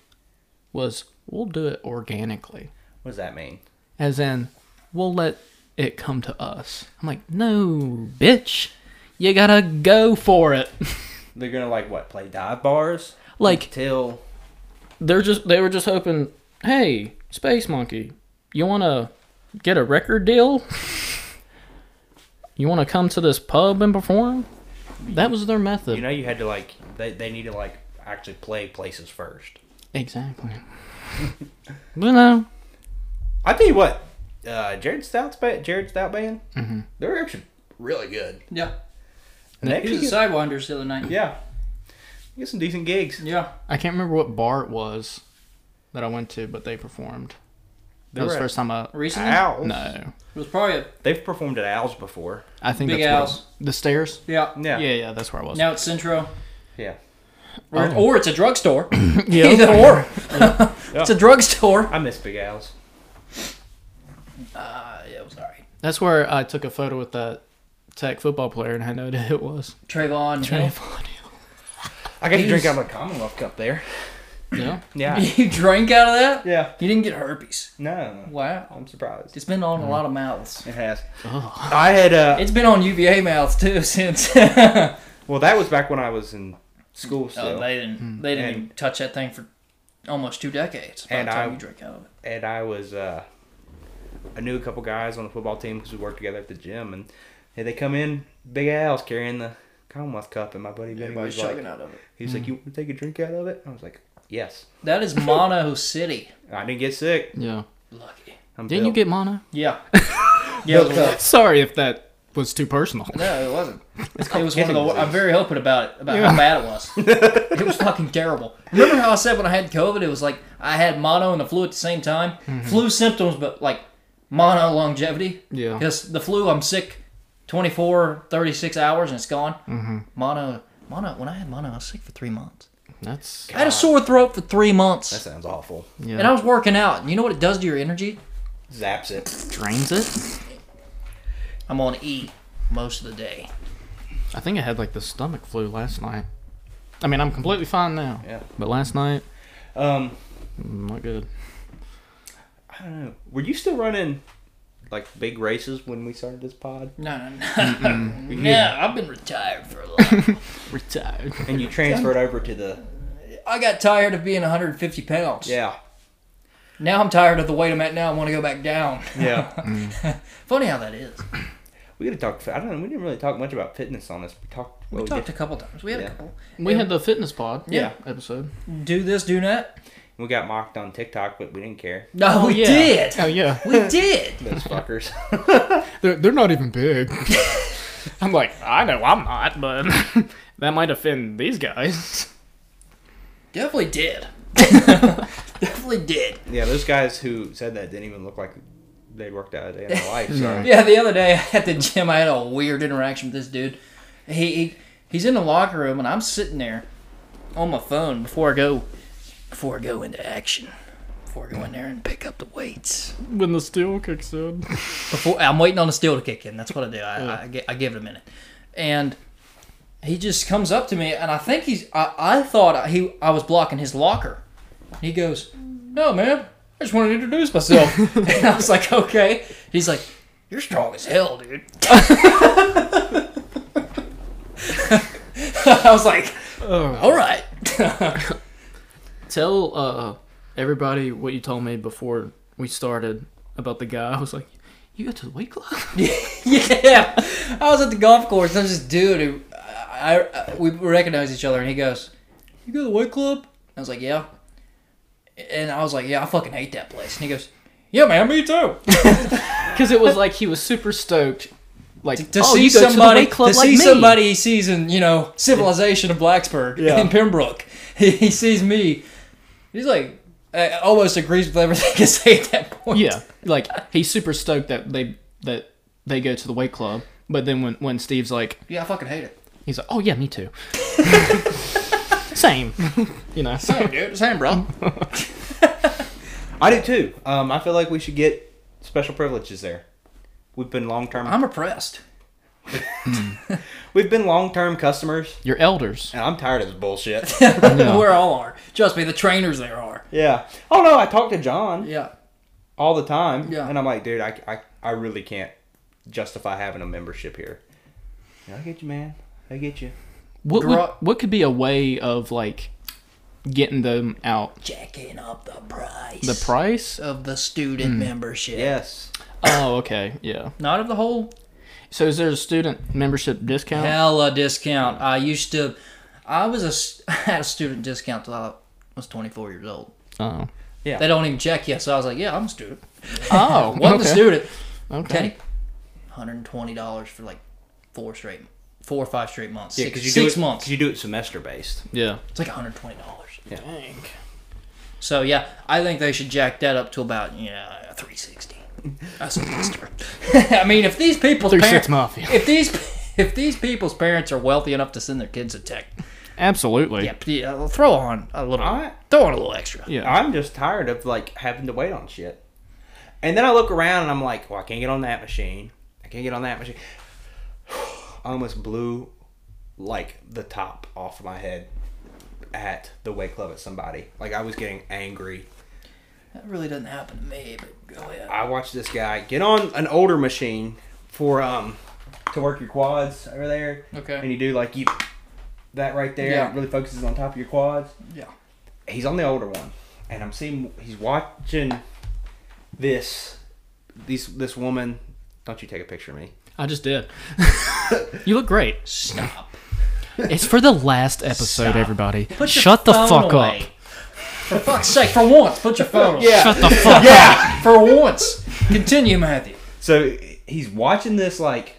was we'll do it organically,
What does that mean?
as in we'll let it come to us. I'm like, no, bitch, you gotta go for it.
They're gonna like what? Play dive bars
like
till
they're just they were just hoping, hey, Space Monkey, you wanna get a record deal? you wanna come to this pub and perform? That was their method.
you know you had to like they they need to like actually play places first.
Exactly. but no,
I tell you what, uh, Jared Stout's ba- Jared Stout band,
Mm-hmm.
they're actually really good.
Yeah.
And they
He was
actually
at
get,
Sidewinders the other night.
yeah, You get some decent gigs.
Yeah.
I can't remember what bar it was that I went to, but they performed.
They
that was
were
the first time I.
Recently?
Owls.
No,
It was probably a.
They've performed at Owls before.
I think
Big
that's where it
Al's.
was. the stairs.
Yeah.
Yeah,
Yeah, yeah, that's where I was.
Now it's Centro. Um,
yeah.
Or,
Oh.
or it's a drugstore. Either
yeah,
or. it's a drugstore.
I miss Big Owls.
Uh, yeah, it was all right.
that's where I took a photo with that tech football player, and I know that it was.
Trayvon. Hill.
Trayvon Hill.
I got to drink out of the Commonwealth Cup there.
Yeah,
Yeah,
You drank out of that?
yeah.
You didn't get herpes.
No,
Wow.
I'm surprised.
It's been on a lot of mouths.
It has.
Oh.
I had uh,
It's been on UVA mouths too since. oh,
Well, that was back when I was in school still,
they didn't. They didn't
Hmm. And-
even touch that thing for almost two decades. By
And
the time
I-
you drank out of it.
and I was uh, I knew a couple guys on the football team because we worked together at the gym, and hey, they come in big ass carrying the Commonwealth Cup, and my buddy Benny
Everybody's
was like,
chugging out of it.
he's
Mm.
like, you want to take a drink out of it? I was like, yes.
That is Mono City.
I didn't get sick.
yeah.
Lucky.
I'm
Didn't you
built.
get mono?
Yeah. yeah. it was tough.
Sorry if that was too personal.
No, it wasn't. it was one of
kidney
the.
disease.
I'm very open about it, about how bad it was. it was fucking terrible. Remember how I said when I had COVID, it was like I had mono and the flu at the same time. Flu symptoms, but like mono longevity.
Yeah.
Because the flu, I'm sick 24, 36 hours and it's gone. Mm-hmm. Mono, mono. When I had mono, I was sick for three months.
That's
I had a sore throat for three months,
That sounds awful.
yeah.
and I was working out. And you know what it does to your energy?
Zaps it.
drains it.
I'm on E most of the day.
I think I had like the stomach flu last night. I mean, I'm completely fine now.
Yeah.
But last night,
Um,
not good.
I don't know. Were you still running like big races when we started this pod?
No, no, no. no I've been retired for a long
Retired.
And you transferred over to the
I got tired of being 150 pounds.
yeah
Now I'm tired of the weight I'm at now. I want to go back down.
yeah.
Funny how that is.
We gotta talk. I don't know. We didn't really talk much about fitness on this. We talked.
We
well,
talked
did-
a couple times. We had
Yeah.
a couple.
We had the fitness pod.
Yeah.
Episode.
Do this, do that.
we got mocked on TikTok, but we didn't care.
No, we
yeah.
did.
Oh yeah.
We did.
Those fuckers.
They're they're not even big. I'm like, I know I'm not, but that might offend these guys.
Definitely did. Definitely did.
yeah, those guys who said that didn't even look like they worked out a day in their life. So.
Yeah, the other day at the gym, I had a weird interaction with this dude. He, he he's in the locker room, and I'm sitting there on my phone before I go before I go into action. Before I go in there and pick up the weights.
When the steel kicks in.
before I'm waiting on the steel to kick in. That's what I do. I, I, gi- I give it a minute, and he just comes up to me, and I think he's. I, I thought he I was blocking his locker. He goes, "No, man, I just wanted to introduce myself." and I was like, "Okay." He's like, "You're strong as hell, dude." I was like, "All right."
Tell uh everybody what you told me before we started about the guy. I was like, You got to the weight club?
yeah, I was at the golf course. There's this dude who I, I- I- we recognized each other, and he goes, "You go to the White Club?" I was like, "Yeah," and I was like, "Yeah, I fucking hate that place." And he goes, "Yeah, man, me too."
Because it was like he was super stoked. Like
To
oh,
see
you go to the
somebody,
weight
to,
club like
see
me.
somebody he sees in you know Civilization of Blacksburg in Pembroke, he, he sees me. He's like, uh, almost agrees with everything I say at that point.
Yeah, like he's super stoked that they that they go to the weight club. But then when when Steve's like,
yeah, I fucking hate it.
he's like, oh yeah, me too. Same, you know.
Same, dude. Same, bro.
I do too. Um, I feel like we should get special privileges there. We've been long term.
I'm oppressed.
We've been long term customers,
Your elders.
and I'm tired of this bullshit.
We're all are. Trust me, the trainers there are.
yeah. Oh no, I talk to John
Yeah.
all the time,
Yeah.
and I'm like, dude, I, I, I really can't justify having a membership here. Yeah, I get you, man. I get you.
What would,
Gra-
what could be a way of like getting them out?
Jacking up the price.
The price?
of the
Hmm.
student membership.
Yes.
Oh, okay, yeah.
Not of the whole
So is there a student membership
Oh.
discount?
hella discount. I used to, I was a, s- I had a student discount till I was 24 years old.
Oh,
They don't even check yet, so I was like, yeah, I'm a student.
oh,
Well, I'm a student.
Okay.
Okay. $120 for like four straight, four or five straight months.
Yeah,
six
because you
six
do it,
months.
'cause you do it semester based.
Yeah.
It's like $120. Dang. So yeah, I think they should jack that up to about yeah three sixty a semester. I mean, if these people's
Three
parents,
Six Mafia.
if these if these people's parents are wealthy enough to send their kids to tech,
Absolutely.
yeah, p- yeah, throw on a little,
Alright.
throw on a little extra.
Yeah.
I'm just tired of like having to wait on shit. And then I look around and I'm like, well, I can't get on that machine. I can't get on that machine. I almost blew like the top off my head at the weight club at somebody. Like I was getting angry.
That really doesn't happen to me, but go ahead.
I watched this guy get on an older machine for um to work your quads over there.
Okay.
And you do like you that right there.
Yeah.
It really focuses on top of your quads.
Yeah.
he's on the older one, and I'm seeing he's watching this these this woman. Don't you take a picture of me?
I just did. you look great.
Stop.
It's for the last episode,
Stop.
everybody.
Put your
Shut the
phone
fuck
away.
up.
For fuck's sake, for once, put your phone. away.
Yeah.
Shut the fuck up.
yeah.
For once, continue, Matthew.
So he's watching this like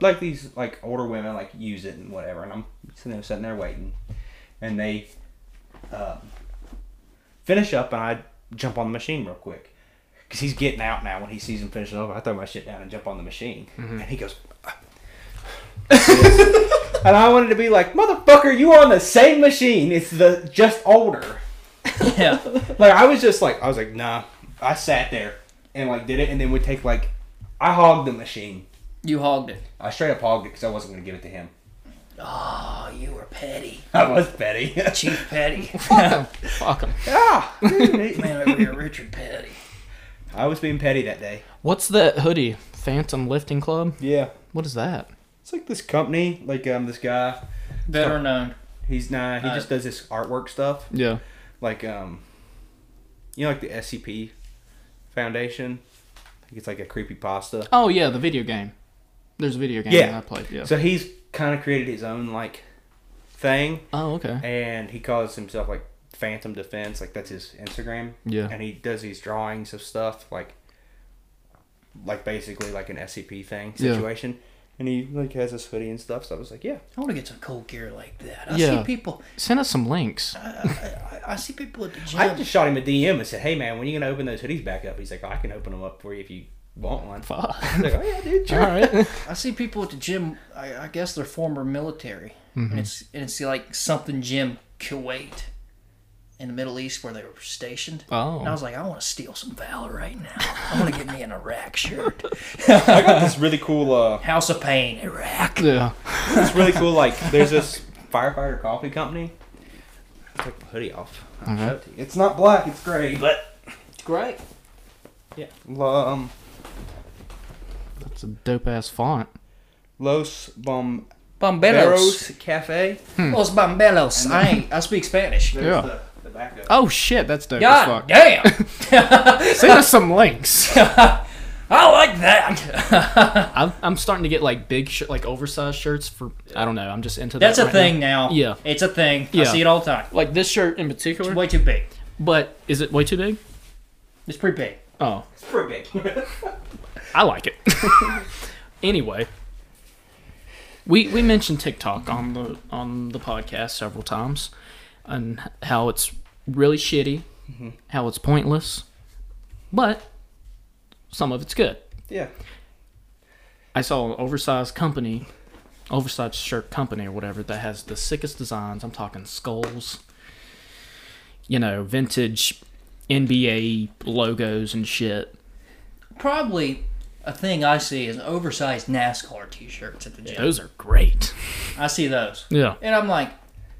like these like older women like use it and whatever, and I'm sitting there sitting there waiting, and they um, finish up, and I jump on the machine real quick. Cause he's getting out now. When he sees him finishing over, I throw my shit down and jump on the machine, and he goes. and I wanted to be like, motherfucker, you on the same machine. It's the just older.
Yeah.
Like I was just like I was like nah. I sat there and like did it, and then would take like I hogged the machine.
You hogged it.
I straight up hogged it because I wasn't gonna give it to him.
Oh, you were petty,
I was petty.
Chief Petty.
Fuck 'em.
ah, dude.
Man over here, Richard Petty.
I was being petty that day.
What's that hoodie? Phantom Lifting Club?
Yeah,
What is that?
it's like this company, like um this guy.
Better known.
He's not. He
Uh,
just does this artwork stuff,
Yeah.
like um, you know, like the SCP Foundation. I think it's like a creepy pasta.
Oh yeah, the video game. There's a video game
Yeah.
that I played. Yeah.
So he's kind of created his own like thing.
oh okay.
and he calls himself like Phantom Defense, like that's his Instagram.
Yeah.
And he does these drawings of stuff like like basically like an SCP thing
Yeah.
situation. And he like has this hoodie and stuff, so I was like, Yeah.
I want to get some cold gear like that. I
Yeah.
see people.
Send us some links.
I, I see people at the gym.
I just shot him a DM and said, Hey man, when are you gonna open those hoodies back up? He's like, "Oh, I can open them up for you if you want one.
Fuck.
I was like, Oh yeah, dude,
All
sure.
right.
I see people at the gym. I, I guess they're former military,
Mm-hmm.
and it's and it's like something gym Kuwait in the Middle East where they were stationed.
Oh.
And I was like, I want to steal some valor right now. I want to get me an Iraq shirt.
I got this really cool uh
House of Pain, Iraq.
Yeah.
this really cool like there's this firefighter coffee company. I took the hoodie off. I'll
Mm-hmm.
show it to you. It's not black, it's gray, but
Great.
um
That's a dope ass font.
Los Bomberos
Bomberos.
Cafe.
Los Bomberos. I ain't, I speak Spanish.
There's
Yeah.
the, the backup.
Oh shit, that's dope
God
as fuck.
damn.
Send us some links.
I like that.
I'm, I'm starting to get like big, sh- like oversized shirts for. I don't know. I'm just into that.
That's a
right
thing
now.
now.
Yeah.
It's a thing. I
Yeah.
see it all the time.
Like this shirt in particular.
It's way too big.
but is it way too big?
It's pretty big.
Oh,
Pretty big.
I like it. anyway, we we mentioned TikTok on the on the podcast several times, and how it's really shitty, how it's pointless, but some of it's good.
Yeah.
I saw an oversized company, oversized shirt company or whatever that has the sickest designs. I'm talking skulls, you know, vintage NBA logos and shit.
Probably a thing I see is oversized NASCAR T-shirts at the gym.
Those are great.
I see those,
Yeah.
and I'm like,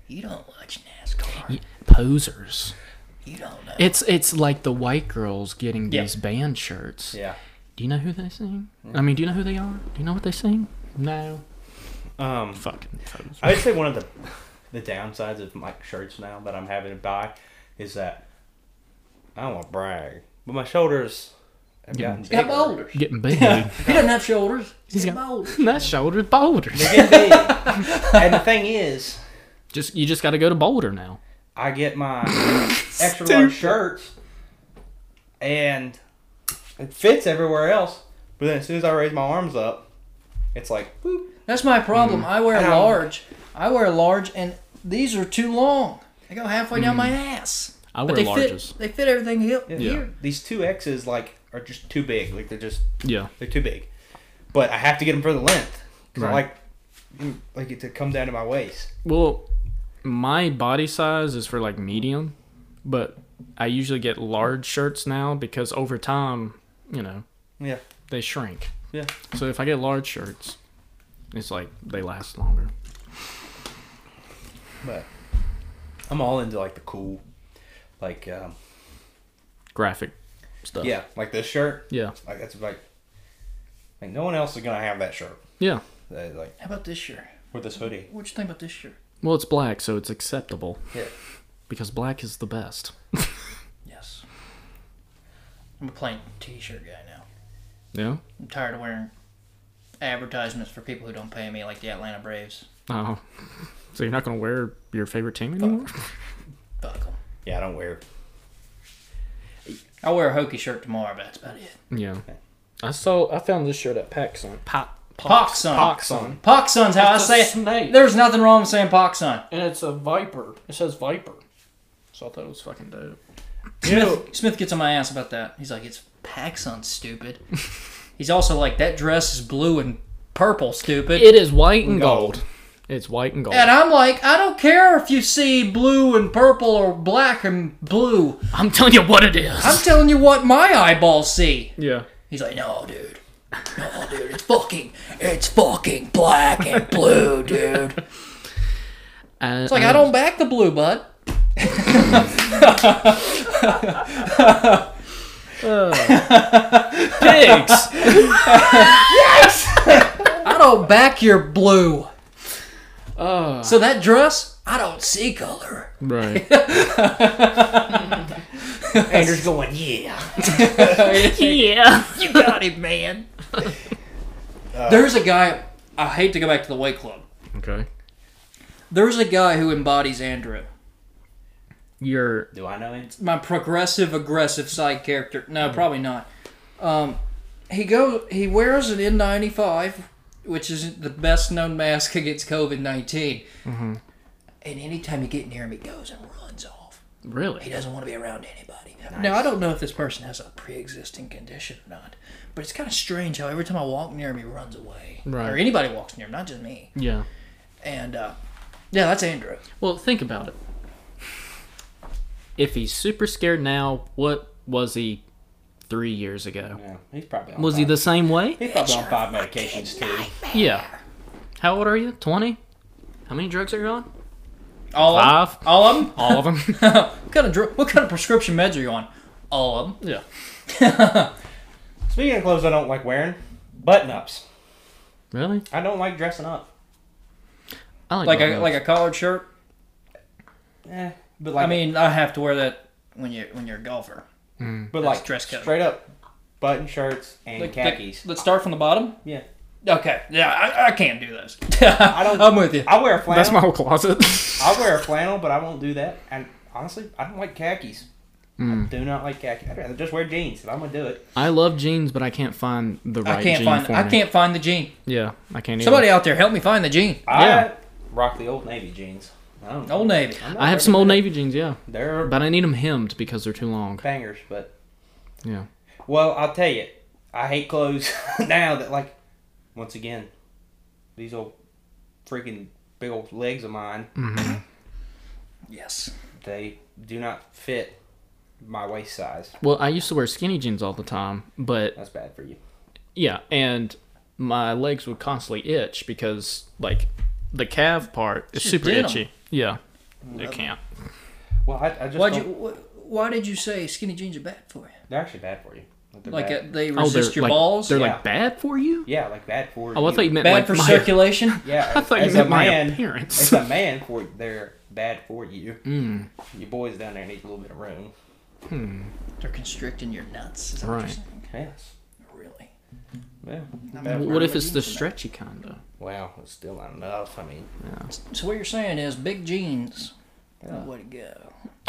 you don't watch NASCAR.
Posers.
You don't know.
It's it's like the white girls getting
Yeah.
these band shirts.
Yeah.
Do you know who they sing? I mean, do you know who they are? Do you know what they sing? No.
Um,
Fucking posers.
I would say one of the the downsides of my shirts now that I'm having to buy is that I don't want to brag, but my shoulders have gotten
He's got
bigger.
boulders.
Getting big. dude.
He doesn't have shoulders. He's
got-
got boulders.
that shoulder boulders.
They're getting big. and the thing is,
Just you just got to go to Boulder now.
I get my extra large shirts, and it fits everywhere else. But then as soon as I raise my arms up, it's like boop.
That's my problem. I wear
Ow.
large. I wear large, and these are too long. They go halfway down my ass.
I
But
wear
they
larges.
fit. They fit everything he-
Yeah.
here.
These two X's like are just too big. Like they're just
Yeah.
They're too big. But I have to get them for the length because I
Right.
like mm, like it to come down to my waist.
Well, my body size is for like medium, but I usually get large shirts now because over time, you know,
Yeah.
they shrink.
Yeah.
So if I get large shirts, it's like they last longer.
But I'm all into like the cool, like um,
Graphic stuff.
yeah, like this shirt.
Yeah.
Like that's like like no one else is gonna have that shirt.
Yeah.
That, like
How about this year?
with this hoodie.
What you think about this year?
Well, it's black, so it's acceptable
Yeah.
because black is the best.
Yes. I'm a plain T-shirt guy now.
Yeah.
I'm tired of wearing advertisements for people who don't pay me, like the Atlanta Braves.
Oh. So you're not gonna wear your favorite team anymore?
Fuck 'em.
Yeah, I don't wear.
I'll wear a hokey shirt tomorrow, but that's about it.
Yeah. I saw. I found this shirt at PacSun. Pop.
Pox Sun.
Poxon.
Pox Sun's how
It's a
I say
snake.
it. There's nothing wrong with saying Pox Sun.
And it's a viper. It says viper. So I thought it was fucking dope.
Smith, Smith gets on my ass about that. He's like, it's Paxson, stupid. He's also like, that dress is blue and purple, stupid.
It is white and gold. It's white and gold.
and I'm like, I don't care if you see blue and purple or black and blue.
I'm telling you what it is.
I'm telling you what my eyeballs see.
yeah.
He's like, no, dude. No, dude. It's fucking, it's fucking black and blue, dude. It's
And,
like, I don't back the blue, bud.
pigs.
I don't back your blue. so that dress, I don't see color.
right.
Andrew's going yeah.
yeah.
You got it, man. There's a guy. I hate to go back to the weight club.
Okay.
There's a guy who embodies Andrew,
You're
Do I know it?
my progressive, aggressive side character.
Mm-hmm.
No, probably not. Um, he goes. He wears an N95, which is the best known mask against COVID 19
Mm-hmm.
And anytime you get near him, he goes and runs off. He
really.
doesn't want to be around anybody. Now, I don't know if this person has a pre existing condition or not, but it's kind of strange how every time I walk near him, he runs away.
Right.
Or anybody walks near him, not just me.
Yeah.
And, uh, yeah, that's Andrew.
Well, think about it. If he's super scared now, what was he three years ago?
Yeah, he's probably on
Was he
five-
the same way?
He's probably on five medications too.
Yeah. How old are you? 20? How many drugs are you on?
All of
Five?
them? All of them?
All of them?
what, kind of dr- what kind of prescription meds are you on? All of them.
yeah.
Speaking of clothes, I don't like wearing button ups.
Really?
I don't like dressing up.
I like,
Like
button
a,
ups.
like a collared shirt?
Eh, but like
I mean, I have to wear that when, you, when you're a golfer.
but
That's
like
dress code.
straight up button shirts and
Like,
khakis.
Let's start from the bottom.
yeah.
Okay. Yeah, I, I can't do those. I
don't-
I'm with you.
I wear a flannel.
That's my whole closet.
I wear a flannel, but I won't do that. And honestly, I don't like khakis.
Hmm.
I do not like khakis. I'd rather just wear jeans if I'm gonna do it.
I love jeans, but I can't find the right
I can't
jean
find.
for
I
me.
can't find the jean.
Yeah, I can't. Either.
Somebody out there, help me find the jean.
Yeah.
I rock the old navy jeans. I don't know.
Old Navy.
I'm not
I have
really-
some old navy jeans. Yeah,
They're
but I need them hemmed because they're too long.
bangers, but
Yeah.
well, I'll tell you, I hate clothes now that like, once again, these old freaking big old legs of mine,
Yes.
they do not fit my waist size.
Well, I used to wear skinny jeans all the time, but
That's bad for you.
Yeah, and my legs would constantly itch because like the calf part is
Just
super
denim.
itchy. Yeah,
Mm-hmm.
it can't.
Well, I, I just
Why'd you?
don't-
wh- Why did you say skinny jeans are bad for you?
they're actually bad for you. They're
Like
bad.
uh, they
Oh, they're
resist your
like,
balls.
They're
Bad
like bad for you.
yeah, like bad for
Oh, I
you.
thought you meant like
for
my,
circulation.
Yeah,
I thought you
as
meant
a
my
man-
appearance. Mm.
As a man, for they're bad for you. Your boys down there need a little bit of room.
They're constricting your nuts. Is that what you're
Right.
saying?
Yes.
Really.
Yeah.
What if it's the stretchy kind of?
Wow, it's still not enough. I mean,
So what you're saying is big jeans. Way to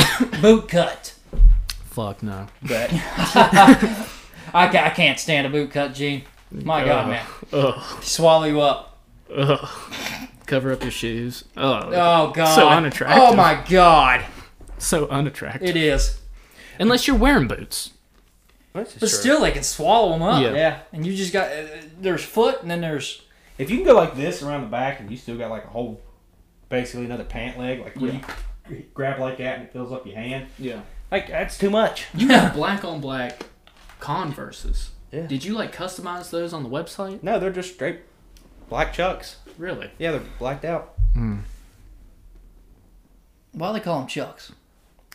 go. boot cut.
Fuck no.
But I, ca- I can't stand a boot cut jean. My God, man.
Ugh.
Swallow you up.
Ugh. Cover up your shoes. Oh.
Oh God.
So unattractive.
Oh my God.
So unattractive.
It is.
Unless you're wearing boots.
that's just
But
true.
still, they can swallow them up.
Yeah.
yeah.
And you just got uh, there's foot, and then there's
If you can go like this around the back, and you still got like a whole, basically another pant leg, like where you grab like that and it fills up your hand,
Yeah.
like that's too much.
You have black on black Converses.
Yeah.
Did you like customize those on the website?
No, they're just straight black chucks.
Really?
Yeah, they're blacked out.
why they call them chucks.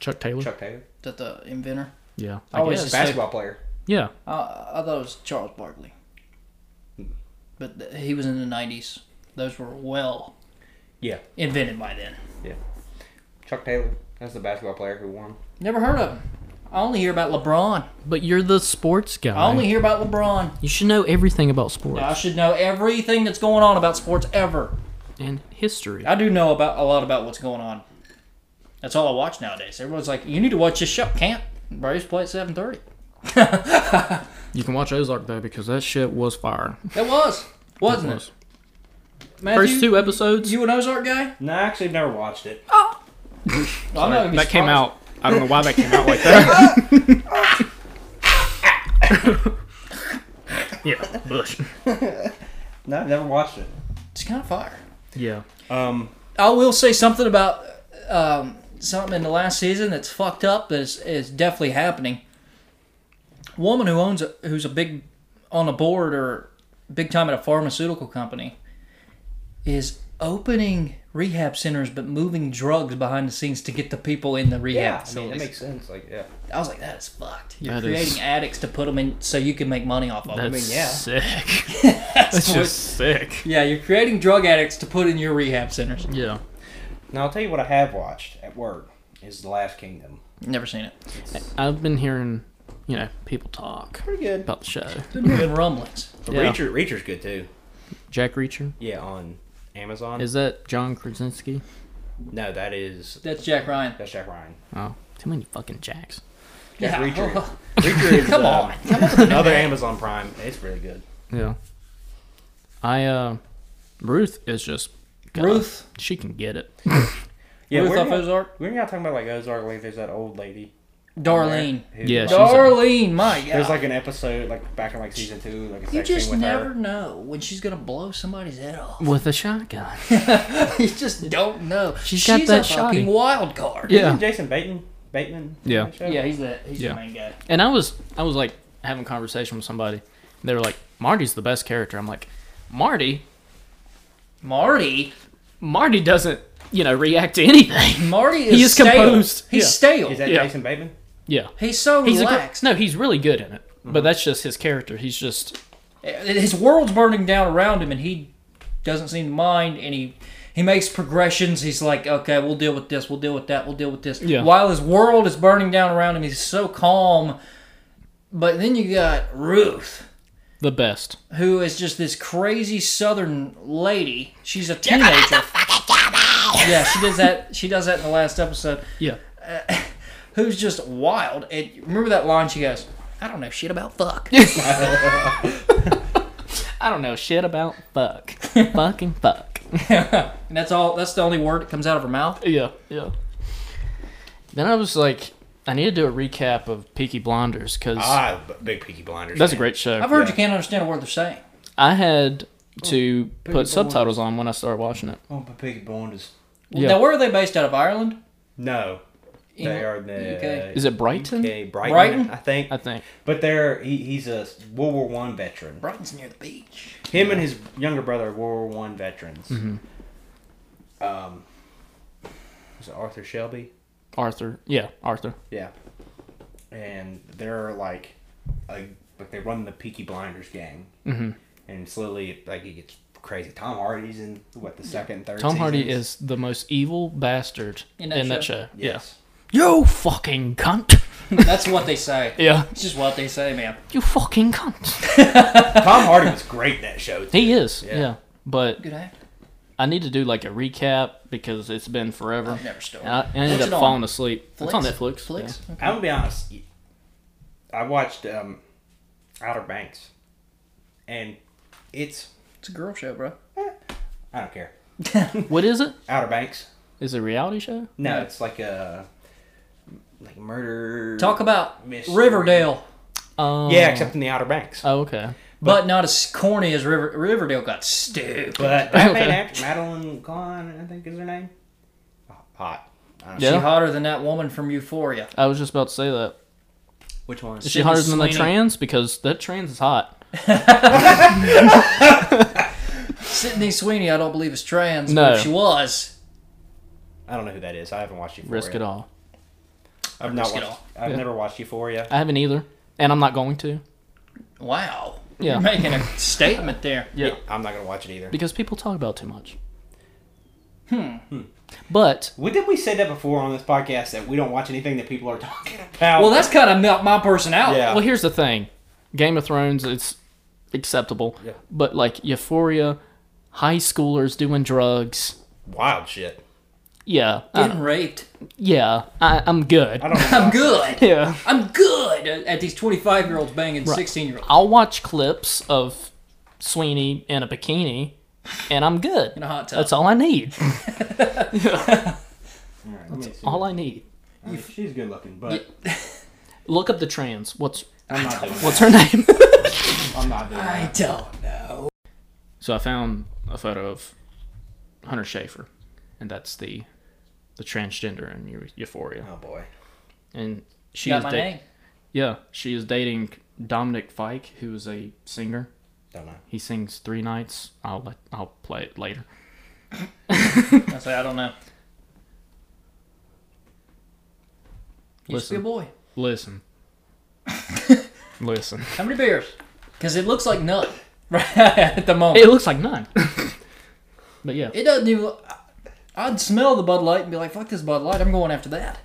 Chuck Taylor.
Chuck Taylor,
Is That the inventor.
Yeah.
I always
guess.
Just
basketball player.
Yeah.
Uh, I thought it was Charles Barkley, but th- he was in the '90s. Those were well
Yeah,
invented by then.
Chuck Taylor. That's the basketball player who won.
Never heard of him. I only hear about LeBron.
But you're the sports guy.
I only hear about LeBron.
you should know everything about sports
I should know everything that's going on about sports ever.
and history.
I do know about a lot about what's going on. That's all I watch nowadays. Everyone's like, "You need to watch this show." Can't. Braves play at 7:30.
You can watch Ozark though because that shit was fire.
It was, wasn't it?
was.
Matthew,
First two episodes
You an Ozark guy?
No, I actually never watched it.
Oh. I'm not even
that came
surprised.
out. I don't know why that came out like that. yeah, Bush.
No, I never watched it.
It's kind of fire.
Yeah.
Um,
I will say something about um, something in the last season that's fucked up. That is, is definitely happening. Woman who owns a, who's a big on a board or big time at a pharmaceutical company is opening rehab centers but moving drugs behind the scenes to get the people in the rehab
yeah, I mean,
facilities.
it makes sense. Like, yeah.
I was like, that is fucked. You're
That is-
creating addicts to put them in so you can make money off of
That's
them.
yeah.
sick.
That's
That's
what-
just sick.
Yeah, you're creating drug addicts to put in your rehab centers.
Yeah.
Now I'll tell you what I have watched at work is The Last Kingdom.
Never seen it.
I've been hearing, you know, people talk
Pretty good.
about the show.
Been rumblings.
Yeah.
Reacher, Reacher's good too.
Jack Reacher.
Yeah, on Amazon.
Is that John Krasinski?
no, that is
That's Jack Ryan.
that's Jack Ryan.
Oh, too many fucking Jacks.
Jack
Yeah.
Reacher. Reacher is
Come
uh,
on.
another Amazon Prime. It's really good.
Yeah. I uh Ruth is just God,
Ruth.
She can get it.
Yeah,
Ruth
we're
off
not,
Ozark.
we're not talking about like Ozark. Like, there's that old lady.
Darlene.
Who,
Yeah,
like,
she's a-
Darlene, my God.
there's like an episode like back in like season two. Like a
you
sex scene
just
with
never
her.
know when she's going to blow somebody's head off.
With a shotgun.
you just don't know.
She's got
a
that
fucking
shotty.
wild card.
Yeah.
Jason Bateman. Bateman.
Yeah.
on the show?
Yeah, he's the, he's
Yeah.
the main guy.
And I was I was like having a conversation with somebody. They were like, Marty's the best character. I'm like, Marty?
Marty.
Marty doesn't, you know, react to anything.
Marty is,
He is
stale.
composed.
He's
Yeah.
stale.
Is that
Yeah.
Jason Bateman?
Yeah. Mm-hmm.
he's so
He's a
relaxed.
no, he's really good in it. But that's just his character. He's just
his world's burning down around him and he doesn't seem to mind and he he makes progressions he's like okay we'll deal with this we'll deal with that we'll deal with this
Yeah.
while his world is burning down around him he's so calm But then you got Ruth,
The best.
who is just this crazy Southern lady. She's a teenager. yeah, she does that. She does that in the last episode.
Yeah.
Who's just wild? And remember that line she goes, "I don't know shit about fuck."
I don't know shit about fuck. Fucking fuck.
And that's all. That's the only word that comes out of her mouth.
Yeah, yeah. Then I was like, I need to do a recap of Peaky Blinders because
Ah, b- big Peaky Blinders.
that's a
man.
great
I've
show.
heard you can't understand a word they're saying.
I had
Oh,
to put subtitles on when I started watching it.
Oh, but Peaky Blinders.
Yeah.
Now, where are they based out of? Ireland.
No, they are the
UK.
Is it Brighton?
UK, Brighton,
Brighton?
I think.
I think.
But they're he, he's a World War One veteran.
Brighton's near the beach.
Him and his younger brother are World War One veterans.
Mm-hmm.
Um, was it Arthur Shelby?
Arthur. Yeah, Arthur.
Yeah. And they're like, a, like they run the Peaky Blinders gang, mm-hmm. and slowly like it gets crazy. Tom Hardy's in what the second, and third.
Tom Hardy
seasons?
is the most evil bastard
In
in
that
that,
show?
show.
Yes.
Yeah. You fucking cunt.
That's what they say.
Yeah.
It's just what they say, man.
You fucking cunt.
Tom Hardy was great in that show. Too.
He is.
Yeah.
Yeah. But
Good act.
I need to do like a recap because it's been forever.
I've never stolen.
I I ended
Oh, What's
up
it on?
falling asleep. Uh, It's on
Flicks?
Netflix.
Flicks?
Yeah.
I'm gonna be honest. I watched um, Outer Banks, and it's
It's a girl show, bro.
I don't care.
What is it?
Outer Banks.
Is it a reality show?
No, it's like a like murder.
Talk about
Mystery.
Riverdale,
Um,
Yeah, except in the Outer Banks.
Oh, okay.
but, not as corny as River. Riverdale got stupid.
But that main
Okay.
act, Madeline Kahn, I think is her name. Hot. I don't know.
She
Yeah.
hotter than that woman from Euphoria.
I was just about to say that.
Which one?
Is she hotter than the
Slaney.
trans? Because that trans is hot.
Sydney Sweeney, I don't believe is trans.
No.
but if she was.
I don't know who that is. I haven't watched Euphoria.
Risk it all.
I've not
Risk it
watched.
all.
I've
Yeah.
never watched Euphoria.
I haven't either, and I'm not going to.
Wow.
Yeah.
You're making a statement there.
Yeah.
I'm not gonna watch it either.
Because people talk about it too much. Hmm. But
Well, did we say that before on this podcast that we don't watch anything that people are talking about?
Well, that's kind of not my personality.
yeah.
well, here's the thing: Game of Thrones, it's acceptable.
Yeah.
But like Euphoria, high schoolers doing drugs.
Wild shit.
Yeah. I-
Getting raped.
yeah. I, I'm good.
I don't. know.
I'm good.
yeah.
I'm good at these 25 year olds banging 16 year olds
I'll watch clips of Sweeney in a bikini, and I'm good.
in a hot tub.
That's all I need.
Alright, let me see.
all I need.
I mean, she's good looking, but
Look up the trans. What's
I'm not doing
what's her name?
that. I'm not doing that.
I don't know.
so I found a photo of Hunter Schafer, and that's the the transgender in Eu- Euphoria,
Oh boy.
and she
Got
is
my
da-
name.
yeah she is dating Dominic Fike, who is a singer.
Don't know.
He sings three nights. I'll let I'll play it later.
I say I don't know. Used to be a
Listen,
boy.
listen, listen.
How many beers? Because it looks like none right at the moment.
It looks like none. but yeah,
It doesn't even. I'd smell the Bud Light and be like, "Fuck this Bud Light! I'm going after that."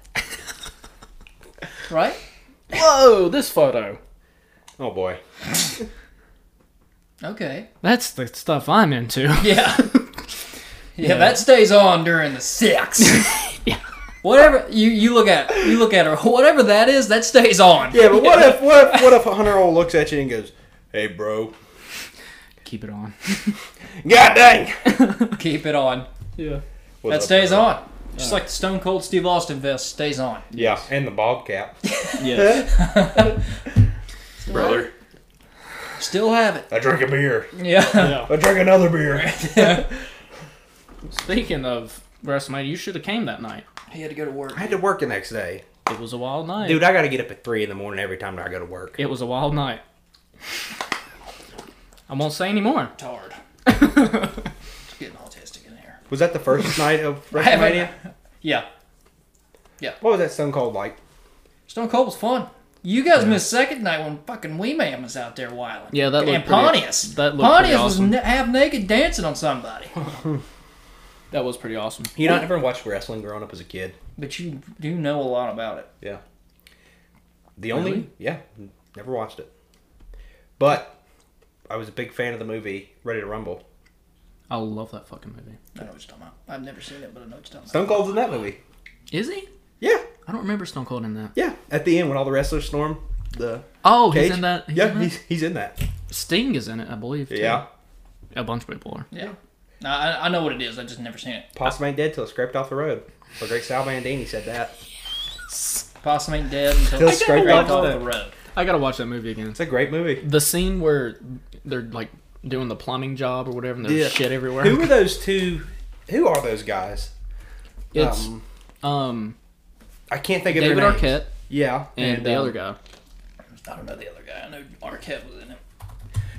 right?
Whoa, this photo.
Oh boy.
Okay.
That's the stuff I'm into.
Yeah. yeah. that stays on during the sex. Whatever you, you look at you look at her whatever that is that stays on.
Yeah, but what if what if what if Hunter Hole looks at you and goes, "Hey, bro,
Keep it on.
god dang."
Keep it on.
Yeah.
That stays on. Just like the Stone Cold Steve Austin vest stays on.
Yeah, and the bob cap.
Yes.
brother.
Still have it.
I drink a beer.
Yeah.
I drink another beer.
Speaking of WrestleMania, you should have came that night.
he had to go to work.
I had to work the next day,
It was a wild night.
dude. I got to get up at three in the morning every time I go to work.
It was a wild night. I won't say any more.
It's hard. it's getting autistic in here.
Was that the first night of
haven't-
WrestleMania?
Yeah.
What was that Stone Cold like?
Stone Cold was fun. You guys missed second night when fucking Wee Man was out there wilding.
Yeah, that
and
looked pretty-
Pontius.
that looked
Pontius
pretty awesome.
was na- half naked dancing on somebody.
That was pretty awesome.
You know, I never watched wrestling growing up as a kid.
but you do know a lot about it.
Yeah. The only
Really?
yeah, Never watched it. But I was a big fan of the movie Ready to Rumble.
I love that fucking movie.
I know what you're talking about. I've never seen it, but I know what you're talking about.
Stone Cold's in that movie.
Is he?
Yeah,
I don't remember Stone Cold in that.
yeah. At the end when all the wrestlers storm the
Oh,
cage.
he's in that. he's
yeah,
in that?
he's, he's in that.
Sting is in it, I believe. too.
Yeah.
A bunch of people are.
Yeah. No, I, I know what it is. I've just never seen it.
Possum ain't dead till it's scraped off the road. The great Sal Bandini said that.
Possum ain't dead until
Till
it's
scraped
scraped off
off the
the
road.
road.
I gotta watch that movie again.
It's a great movie.
The scene where they're like doing the plumbing job or whatever, and there's
Yeah.
shit everywhere.
Who are those two? Who are those guys?
it's
um,
um,
I can't think of
David
their names.
Arquette
Yeah,
and, the
um,
other guy.
I don't know the other guy. I know Arquette was in it.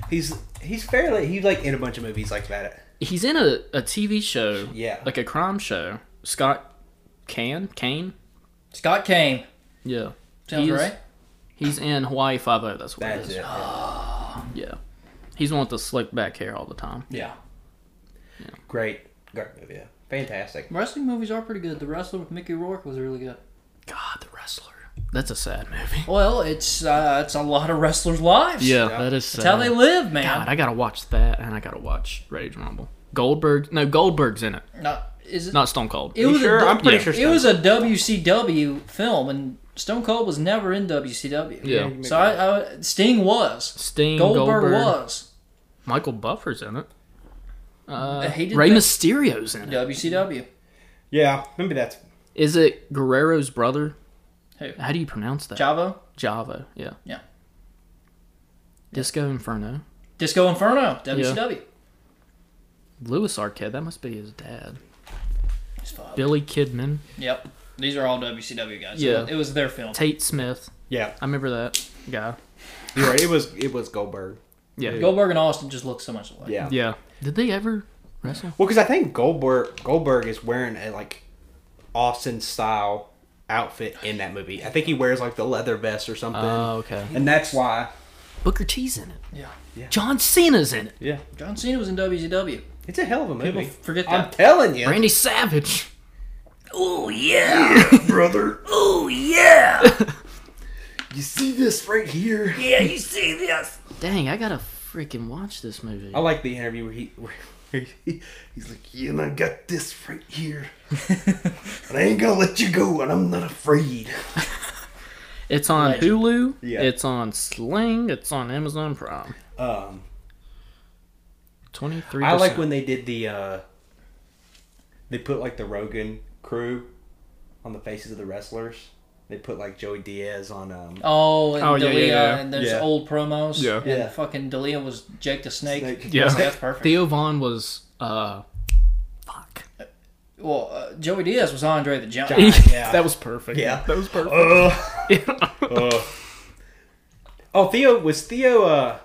He's he's fairly he's like in a bunch of movies like that.
He's in a, a TV show,
Yeah.
like a crime show. Scott Can Kane,
Scott Kane.
yeah,
Sounds
He's-
right.
He's in Hawaii Five O. That's what
That's
it is.
it.
Yeah, he's the one with the slick back hair all the time.
Yeah.
Great, great movie. Yeah. Fantastic.
Wrestling movies are pretty good. The Wrestler with Mickey Rourke was really good.
God, the wrestler. That's a sad movie.
Well, it's uh, it's a lot of wrestlers' lives.
Yeah, that is sad.
It's how they live, man.
uh, God, I gotta watch that, and I gotta watch Rage Rumble. Goldberg, no, Goldberg's in it,
No, is it?
not Stone Cold.
it was
sure?
a,
I'm pretty
yeah.
sure.
it was a WCW film, and Stone Cold was never in WCW.
Yeah.
So I, I, Sting was.
Sting,
Goldberg,
Goldberg,
was.
Michael Buffer's in it.
Uh, he did
Rey
that-
Mysterio's in it.
WCW.
Yeah, maybe that's
Is it Guerrero's brother?
Who?
How do you pronounce that?
Chavo.
Java, yeah.
Yeah.
Disco Inferno.
Disco Inferno. WCW.
Louis Arquette, that must be his dad.
It's fine.
Billy Kidman.
Yep. These are all WCW guys.
Yeah.
It was their film.
Tate Smith.
yeah.
I remember that guy.
You're right. It was it was Goldberg.
Yeah.
Goldberg and Austin just look so much alike.
Yeah.
yeah. Did they ever wrestle?
Well, because I think Goldberg Goldberg is wearing a like Austin style outfit in that movie. I think he wears like the leather vest or something,
Oh, okay.
and that's why.
Booker T's in it.
Yeah.
John Cena's in it.
Yeah,
John Cena was in WCW.
it's a hell of a movie.
People forget
I'm
that.
telling you,
Randy Savage.
brother.
Oh, yeah.
You see this right here?
Dang, I gotta freaking watch this movie.
I like the interview where he, where he he's like, "You know, I got this right here, and I ain't gonna let you go, and I'm not afraid."
It's on Hulu.
Yeah.
It's on Sling. It's on Amazon Prime.
Um,
23
I like when they did the uh, they put like the Rogan crew on the faces of the wrestlers. They put like Joey Diaz on. Um,
Oh, and
Oh, yeah,
Dalia,
yeah, yeah.
and there's
Yeah.
old promos.
Yeah.
And
Yeah.
fucking Dalia was Jake the Snake.
Snake.
Yeah.
That's perfect.
Theo Vaughn was. uh Fuck.
well, uh, Joey Diaz was Andre the Giant.
Ah, yeah,
That was perfect.
Yeah.
That was perfect.
Ugh.
Uh.
Ugh. Oh, Theo was Theo. Uh,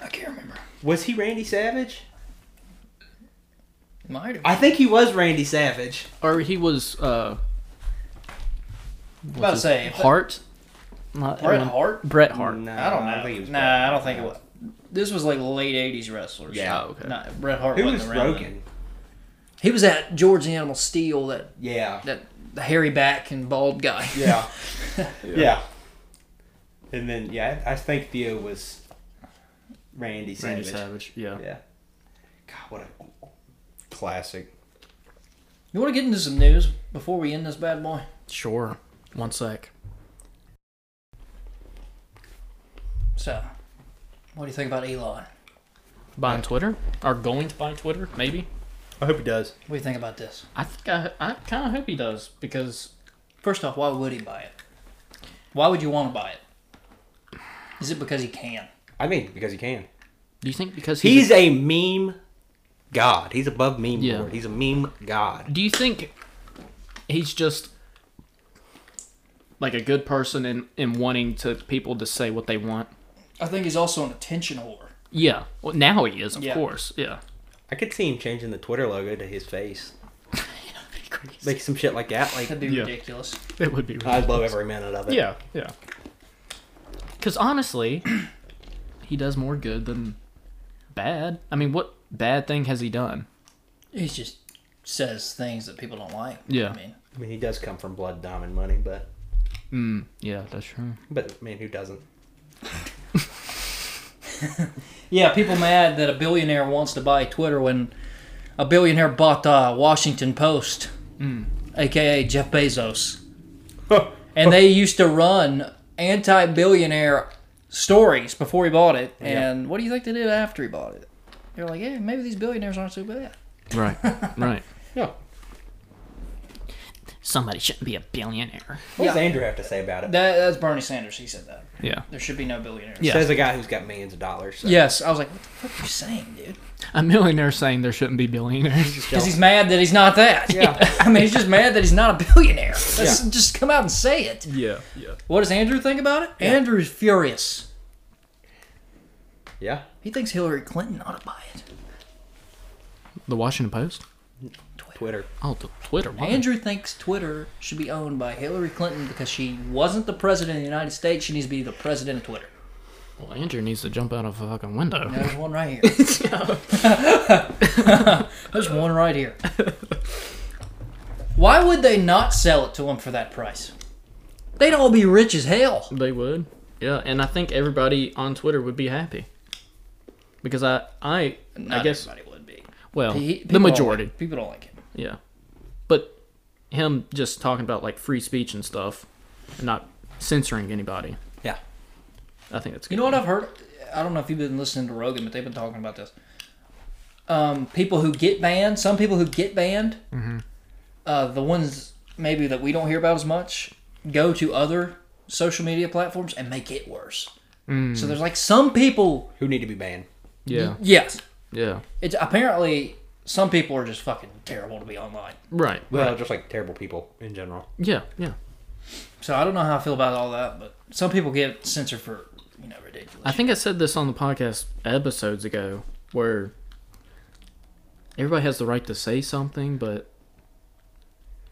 I can't remember.
was he Randy Savage?
Might have.
I think he was Randy Savage.
Or he was. uh
I was about to say. if
Hart. Not
Bret
everyone-
Hart?
Bret Hart.
No,
I don't know.
think he was
nah, I don't think it was. This was like late '80s wrestlers.
Yeah.
Oh, okay.
Not, Bret Hart
Who
wasn't
was
around. then.
Rogan?
He was that George the Animal Steel, that
Yeah.
that the hairy back and bald guy.
Yeah. yeah. And then yeah, I I think Theo was Randy
Randy
Savage.
Savage. Yeah.
Yeah. God, what a classic.
You want to get into some news before we end this bad boy?
Sure. One sec.
So, what do you think about Elon?
Buying Twitter? Or going to buy Twitter? Maybe.
I hope he does.
What do you think about this?
I think I, I kind of hope he does because
First off, why would he buy it? Why would you want to buy it? Is it because he can?
I mean, because he can.
do you think because he's,
He's a meme god. He's above meme
Yeah.
board. He's a meme god.
do you think he's just like a good person and in, in wanting to people to say what they want?
I think he's also an attention whore.
Yeah. Well, now he is, of
Yeah.
course. Yeah.
I could see him changing the Twitter logo to his face. Like some shit like that. Like
That'd be
Yeah.
ridiculous.
It would be.
I'd love every minute of it.
Yeah. Yeah. Because honestly, he does more good than bad. I mean, what bad thing has he done?
He just says things that people don't like.
Yeah.
I mean,
I mean, he does come from blood, diamond, money, but
Mm, yeah, that's true.
but man, who doesn't?
yeah, people mad that a billionaire wants to buy Twitter when a billionaire bought uh, Washington Post, aka Jeff Bezos, and they used to run anti-billionaire stories before he bought it. And what do you think they did after he bought it? They're like, yeah, maybe these billionaires aren't so bad.
Right. Right.
Somebody shouldn't be a billionaire.
What does Andrew have to say about it?
That, that's Bernie Sanders. He said that
Yeah.
there should be no billionaires.
Yeah.
Says a guy who's got millions of dollars. so-
Yes, I was like, what the fuck are you saying, dude?
A millionaire saying there shouldn't be billionaires.
Because he's mad that he's not that. Yeah. I mean, he's just mad that he's not a billionaire. Let's just come out and say it.
Yeah. Yeah.
What does Andrew think about it? Andrew's furious.
Yeah.
He thinks Hillary Clinton ought to buy it.
The Washington Post.
Twitter.
Oh, the Twitter. Why?
Andrew thinks Twitter should be owned by Hillary Clinton because she wasn't the president of the United States. She needs to be the president of Twitter.
Well, Andrew needs to jump out of a fucking window.
There's one right here. There's one right here. Why would they not sell it to him for that price? They'd all be rich as hell.
They would. Yeah, and I think everybody on Twitter would be happy. Because I I I
Not
guess
everybody would be.
well,
He-
the
people don't
majority.
like- people don't like him.
Yeah. But him just talking about like free speech and stuff and not censoring anybody.
Yeah.
I think that's
You
good.
know what I've heard? I don't know if you've been listening to Rogan, but they've been talking about this. Um, people who get banned, some people who get banned, uh, the ones maybe that we don't hear about as much, go to other social media platforms and make it worse. So there's like some people,
Who need to be banned?
Yeah.
yes,
Yeah.
it's apparently some people are just fucking terrible to be online.
Right.
Well, just like terrible people in general.
Yeah, yeah.
So I don't know how I feel about all that, but some people get censored for you know ridiculous.
I think I said this on the podcast episodes ago where everybody has the right to say something, but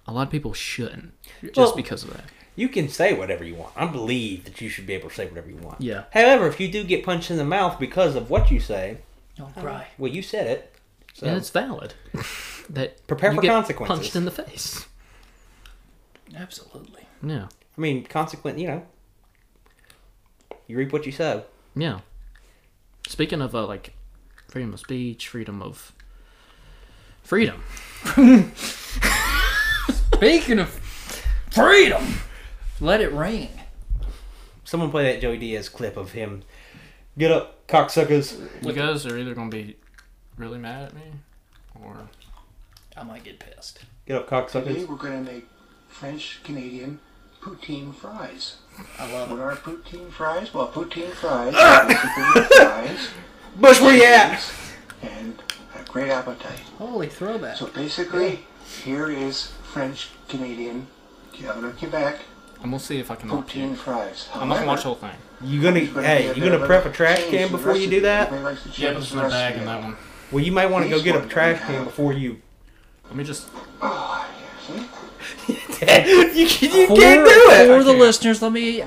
a lot of people shouldn't just
Well-
because of that.
You can say whatever you want. I believe that you should be able to say whatever you want.
Yeah.
However, if you do get punched in the mouth because of what you say,
Don't cry.
well, you said it. So
And it's valid. that
prepare
you
for
get
consequences.
Punched in the face.
Absolutely.
Yeah.
I mean, consequent. You know, you reap what you sow.
Yeah. Speaking of uh, like freedom of speech, freedom of freedom.
Speaking of freedom, let it rain.
Someone play that Joey Diaz clip of him. Get up, cocksuckers.
You guys are either gonna be really mad at me, or
I might get pissed.
Get up, cocksuckers.
we're gonna make French Canadian poutine fries.
I love it.
What are poutine fries? Well, poutine fries, poutine fries,
Bush, where you at?
and a great appetite.
Holy throwback.
So basically, here is French Canadian Governor of Quebec
I'm gonna see if I can. watch
poutine
it.
fries.
I'm not gonna watch the
However,
whole thing.
You gonna?
there's gonna be
Hey,
a
you
bit
gonna
of
prep
a
a trash
change
can
in the
before you
recipe.
do that?
Everybody likes to
Yeah,
change
this is
the
my bag
recipe.
in that one.
Well, you might want to go
Please
get a
one
trash
down.
can before you.
Let me just.
Oh, yes.
you can- you
For,
can't do it.
for the listeners, let me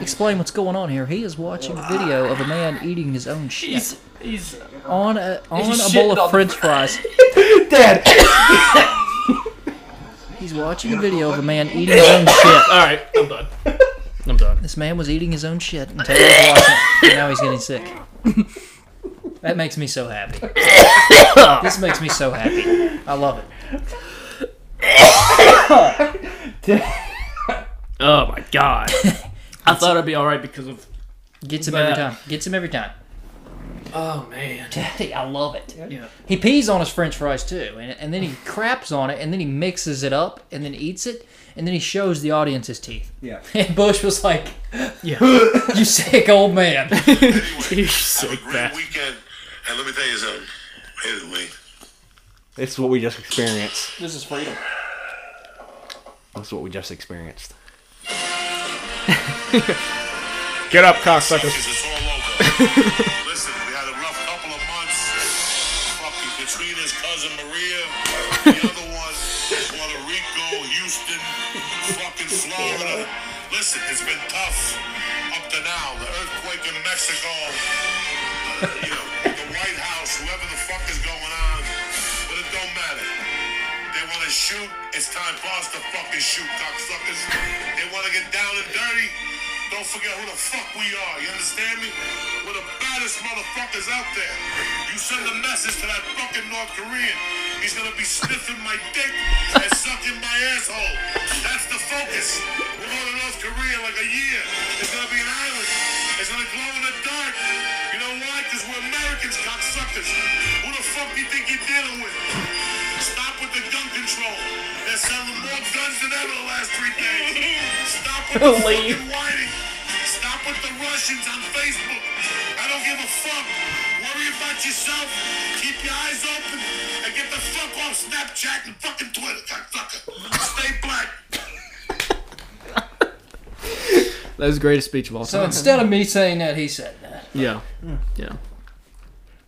explain what's going on here. He is watching a video of a man eating his own shit
He's
on a on a bowl of French fries.
Dad.
He's watching a video of a man eating his own shit.
all right. I'm done. I'm done.
This man was eating his own shit and Taylor was watching it, and now he's getting sick. That makes me so happy. This makes me so happy. I love it.
Oh my god. I thought I'd be all right because of.
Gets him every time. Gets him every time.
Oh man.
Daddy, I love it.
Yeah.
He pees on his french fries too, and, and then he craps on it, and then he mixes it up, and then eats it, and then he shows the audience his teeth.
Yeah.
And Bush was like,
Yeah.
You sick old man.
You're sick
Great
that.
weekend. And let me tell you something. Wait a minute.
This is what we just experienced.
this is freedom.
That's what we just experienced.
Get up, cocksuckers. It's all over. Listen, we had a rough couple of months. Fucking Katrina's cousin Maria. The other one, Puerto Rico, Houston, fucking Florida. Listen, it's been tough up to now. The earthquake in Mexico. uh, you know, the White House, whoever the fuck is going on. But it don't matter. They want to shoot. It's time for us to fucking shoot, cocksuckers. They want to get down and dirty. Don't forget who the fuck we are. You understand me? We're the baddest baddest motherfuckers out there. You send a message to that fucking North Korean. He's gonna be sniffing my dick and sucking my asshole. That's the focus. We're going to North Korea in like a year. It's gonna be an island. It's gonna glow in the dark. You know why? Because we're Americans, cocksuckers. Who the fuck do you think you're dealing with? Stop with the gun control. They're selling more guns than ever the last three days. Stop with the
Leave.
fucking whining. Stop with the Russians on Facebook. I don't give a fuck. Worry about yourself. Keep your eyes open and get the fuck off Snapchat and fucking Twitter, cocksucker. Stay black.
That was the greatest speech of all
So
time.
instead of me saying that, he said that.
yeah. Yeah.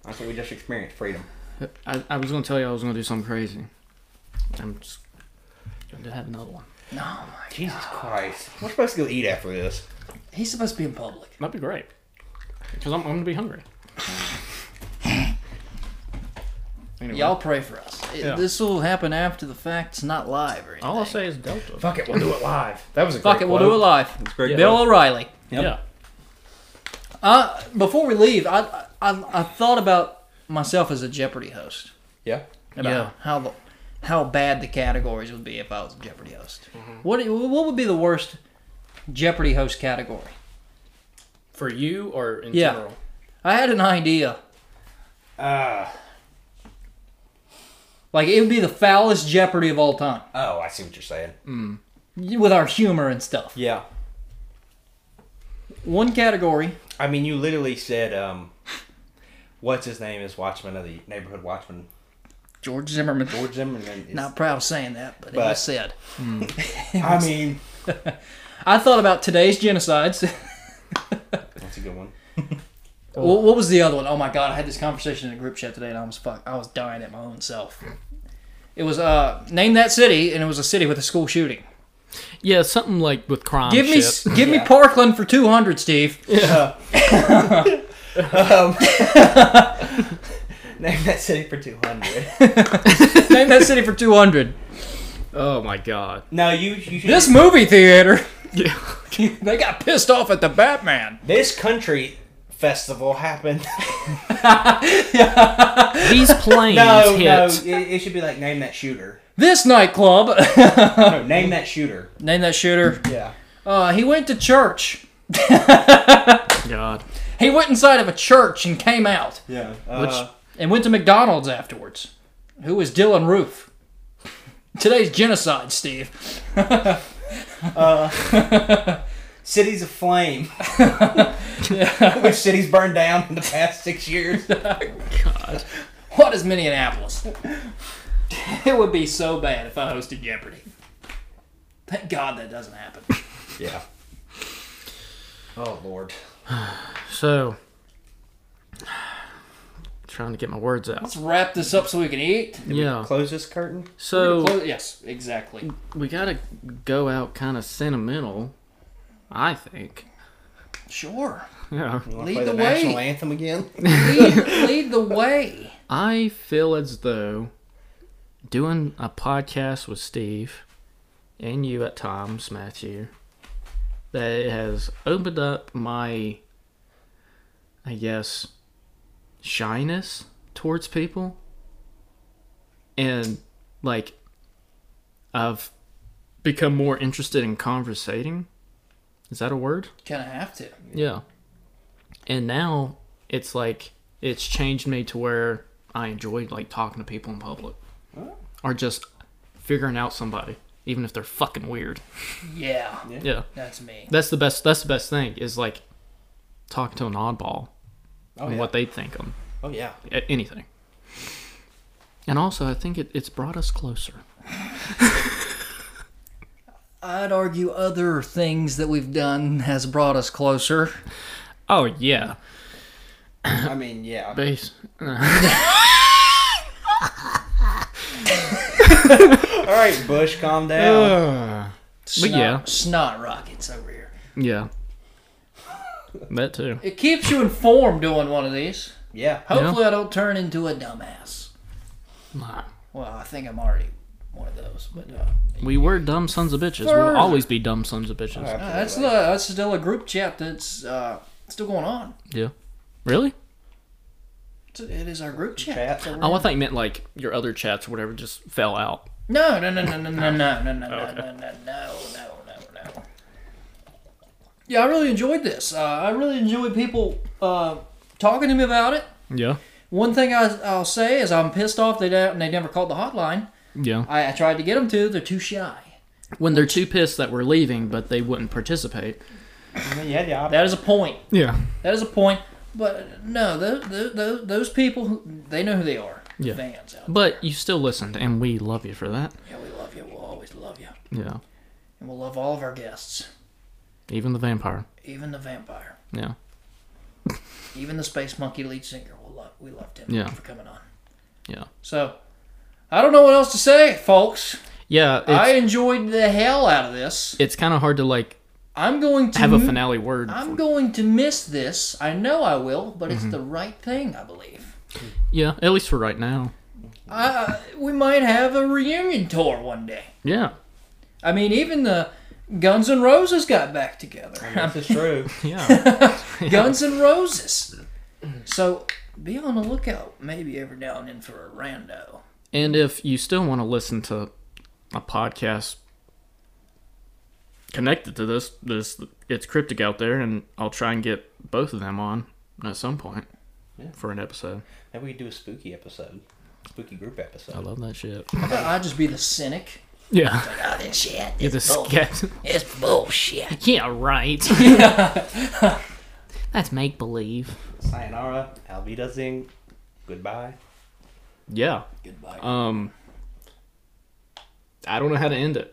That's what we just experienced freedom.
I, I was going to tell you I was going to do something crazy. I'm just going to have another one.
Jesus Christ. We're supposed to go eat after this.
He's supposed to be in public.
That'd be great. Because I'm, I'm going to be hungry. Anyway,
Y'all pray for us. It-
Yeah.
This will happen after the fact. It's not live or anything.
all I'll say is Delta.
Fuck it, we'll do it live. That was a
Fuck it, we'll do it live.
great
Bill
quote.
O'Reilly.
Yeah.
Uh, before we leave, I, I I thought about myself as a Jeopardy host
Yeah.
about
Yeah.
how the, how bad the categories would be if I was a Jeopardy host. What what would be the worst Jeopardy host category?
For you or in
Yeah.
general?
I had an idea.
Uh,
Like it would be the foulest Jeopardy of all time
oh, I see what you're saying.
with our humor and stuff.
Yeah.
One category.
I mean, you literally said, um, what's his name is Watchman of the Neighborhood Watchman.
George Zimmerman.
George Zimmerman. Is,
Not proud of saying that, but, it
But-
was said.
I mean,
I thought about today's genocides.
that's a good one.
Wh- What was the other one? Oh my god, I had this conversation in a group chat today, and I was fuck, I was dying at my own self. It was uh, name that city, and it was a city with a school shooting.
Yeah, something like with crime.
Give me, s
shit.
give me Parkland for two hundred, Steve.
Name that city for 200.
name that city for two hundred.
Oh my god.
no, you, you should.
This movie theater,
Yeah.
they got pissed off at the Batman.
This country festival happened.
These planes
no, no,
hit.
it, it should be like name that shooter.
This nightclub,
No, name that shooter.
name that shooter.
Yeah.
Uh, he went to church.
God.
He went inside of a church and came out,
Yeah.
and went to McDonald's afterwards. Who was Dylan Roof? Today's genocide, Steve.
cities aflame. Which cities burned down in the past six years?
What is Minneapolis? it would be so bad if I hosted Jeopardy. Thank God that doesn't happen.
Yeah. Oh Lord.
So, trying to get my words out.
Let's wrap this up so we can eat.
Yeah.
Close this curtain.
So,
Close- yes, exactly.
we gotta go out kind of sentimental, I think.
Sure.
Yeah.
Wanna
Lead
play
the way.
national anthem again.
Lead, lead the way.
I feel as though doing a podcast with Steve and you at times, Matthew, that it has opened up my, I guess, shyness towards people. And, like, I've become more interested in conversating. Is that a word?
Kind of have to.
Yeah. And now it's like it's changed me to where I enjoy like talking to people in public. Or just figuring out somebody, even if they're fucking weird.
Yeah,
Yeah.
that's me.
That's the best that's the best thing is like talking to an oddball
Oh
and
yeah.
what they think on
Oh yeah.
a- anything. And also I think it, it's brought us closer.
I'd argue other things that we've done has brought us closer.
Oh yeah.
I mean yeah.
Base.
All right, Bush, calm down.
But
Snot-
yeah.
snot rockets over here.
Yeah. That too.
It keeps you informed doing one of these.
yeah.
Hopefully, I don't turn into a dumbass.
Nah.
Well, I think I'm already one of those, but uh,
We were dumb sons of bitches.
Further.
We'll always be dumb sons of bitches.
that's the, that's still a group chat that's uh, still going on.
Yeah. Really?
It is our group chat.
Chat.
that we're
Oh, I
in.
thought you meant like your other chats or whatever just fell out.
No, no, no, no, no, no, no, no, no, no, no, no, no, no, no, no. Yeah, I really enjoyed this. Uh, I really enjoyed people uh, talking to me about it.
Yeah.
One thing I, I'll say is I'm pissed off they don't, they never called the hotline.
Yeah.
I, I tried to get them to. They're too shy.
When they're too pissed that we're leaving, but they wouldn't participate.
I mean, you had the option.
That is a point.
Yeah.
That is a point. But no, those, those, those people, who, they know who they are.
Yeah.
Fans out.
But you still listened, and we love you for that.
Yeah, we love you. We'll always love you.
Yeah.
And we'll love all of our guests,
Even the vampire.
even the vampire.
Yeah.
even the Space Monkey lead singer, we love, we loved him
Yeah.
for coming on.
Yeah.
So, I don't know what else to say, folks.
Yeah. It's,
I enjoyed the hell out of this.
it's kind of hard to like
I'm going to
have a
m-
finale word.
Mm-hmm. I'm
for-
going to miss this. I know I will, but
Mm-hmm.
it's the right thing, I believe.
yeah. At least for right now.
I, I, we might have a reunion tour one day.
Yeah.
I mean, even the Guns N' Roses got back together.
This is true.
Yeah.
Guns N' Roses. So be on the lookout, maybe every now and then for a rando.
and if you still want to listen to a podcast connected to this, this it's cryptic out there, and I'll try and get both of them on at some point for an episode.
Maybe we could do a spooky episode, spooky group
I
episode.
love that shit.
I'd just be the cynic.
Yeah.
Oh, this shit.
Get the
Oh.
sketch.
It's bullshit.
Yeah, right. That's make believe.
Sayonara, Alvida Zing, goodbye.
Yeah.
Goodbye.
Um. I don't know how to end it.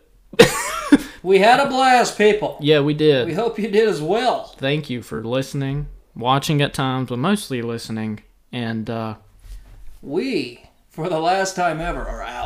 We had a blast, people.
Yeah, we did.
We hope you did as well.
Thank you for listening, watching at times, but mostly listening. And uh,
We, for the last time ever, are out.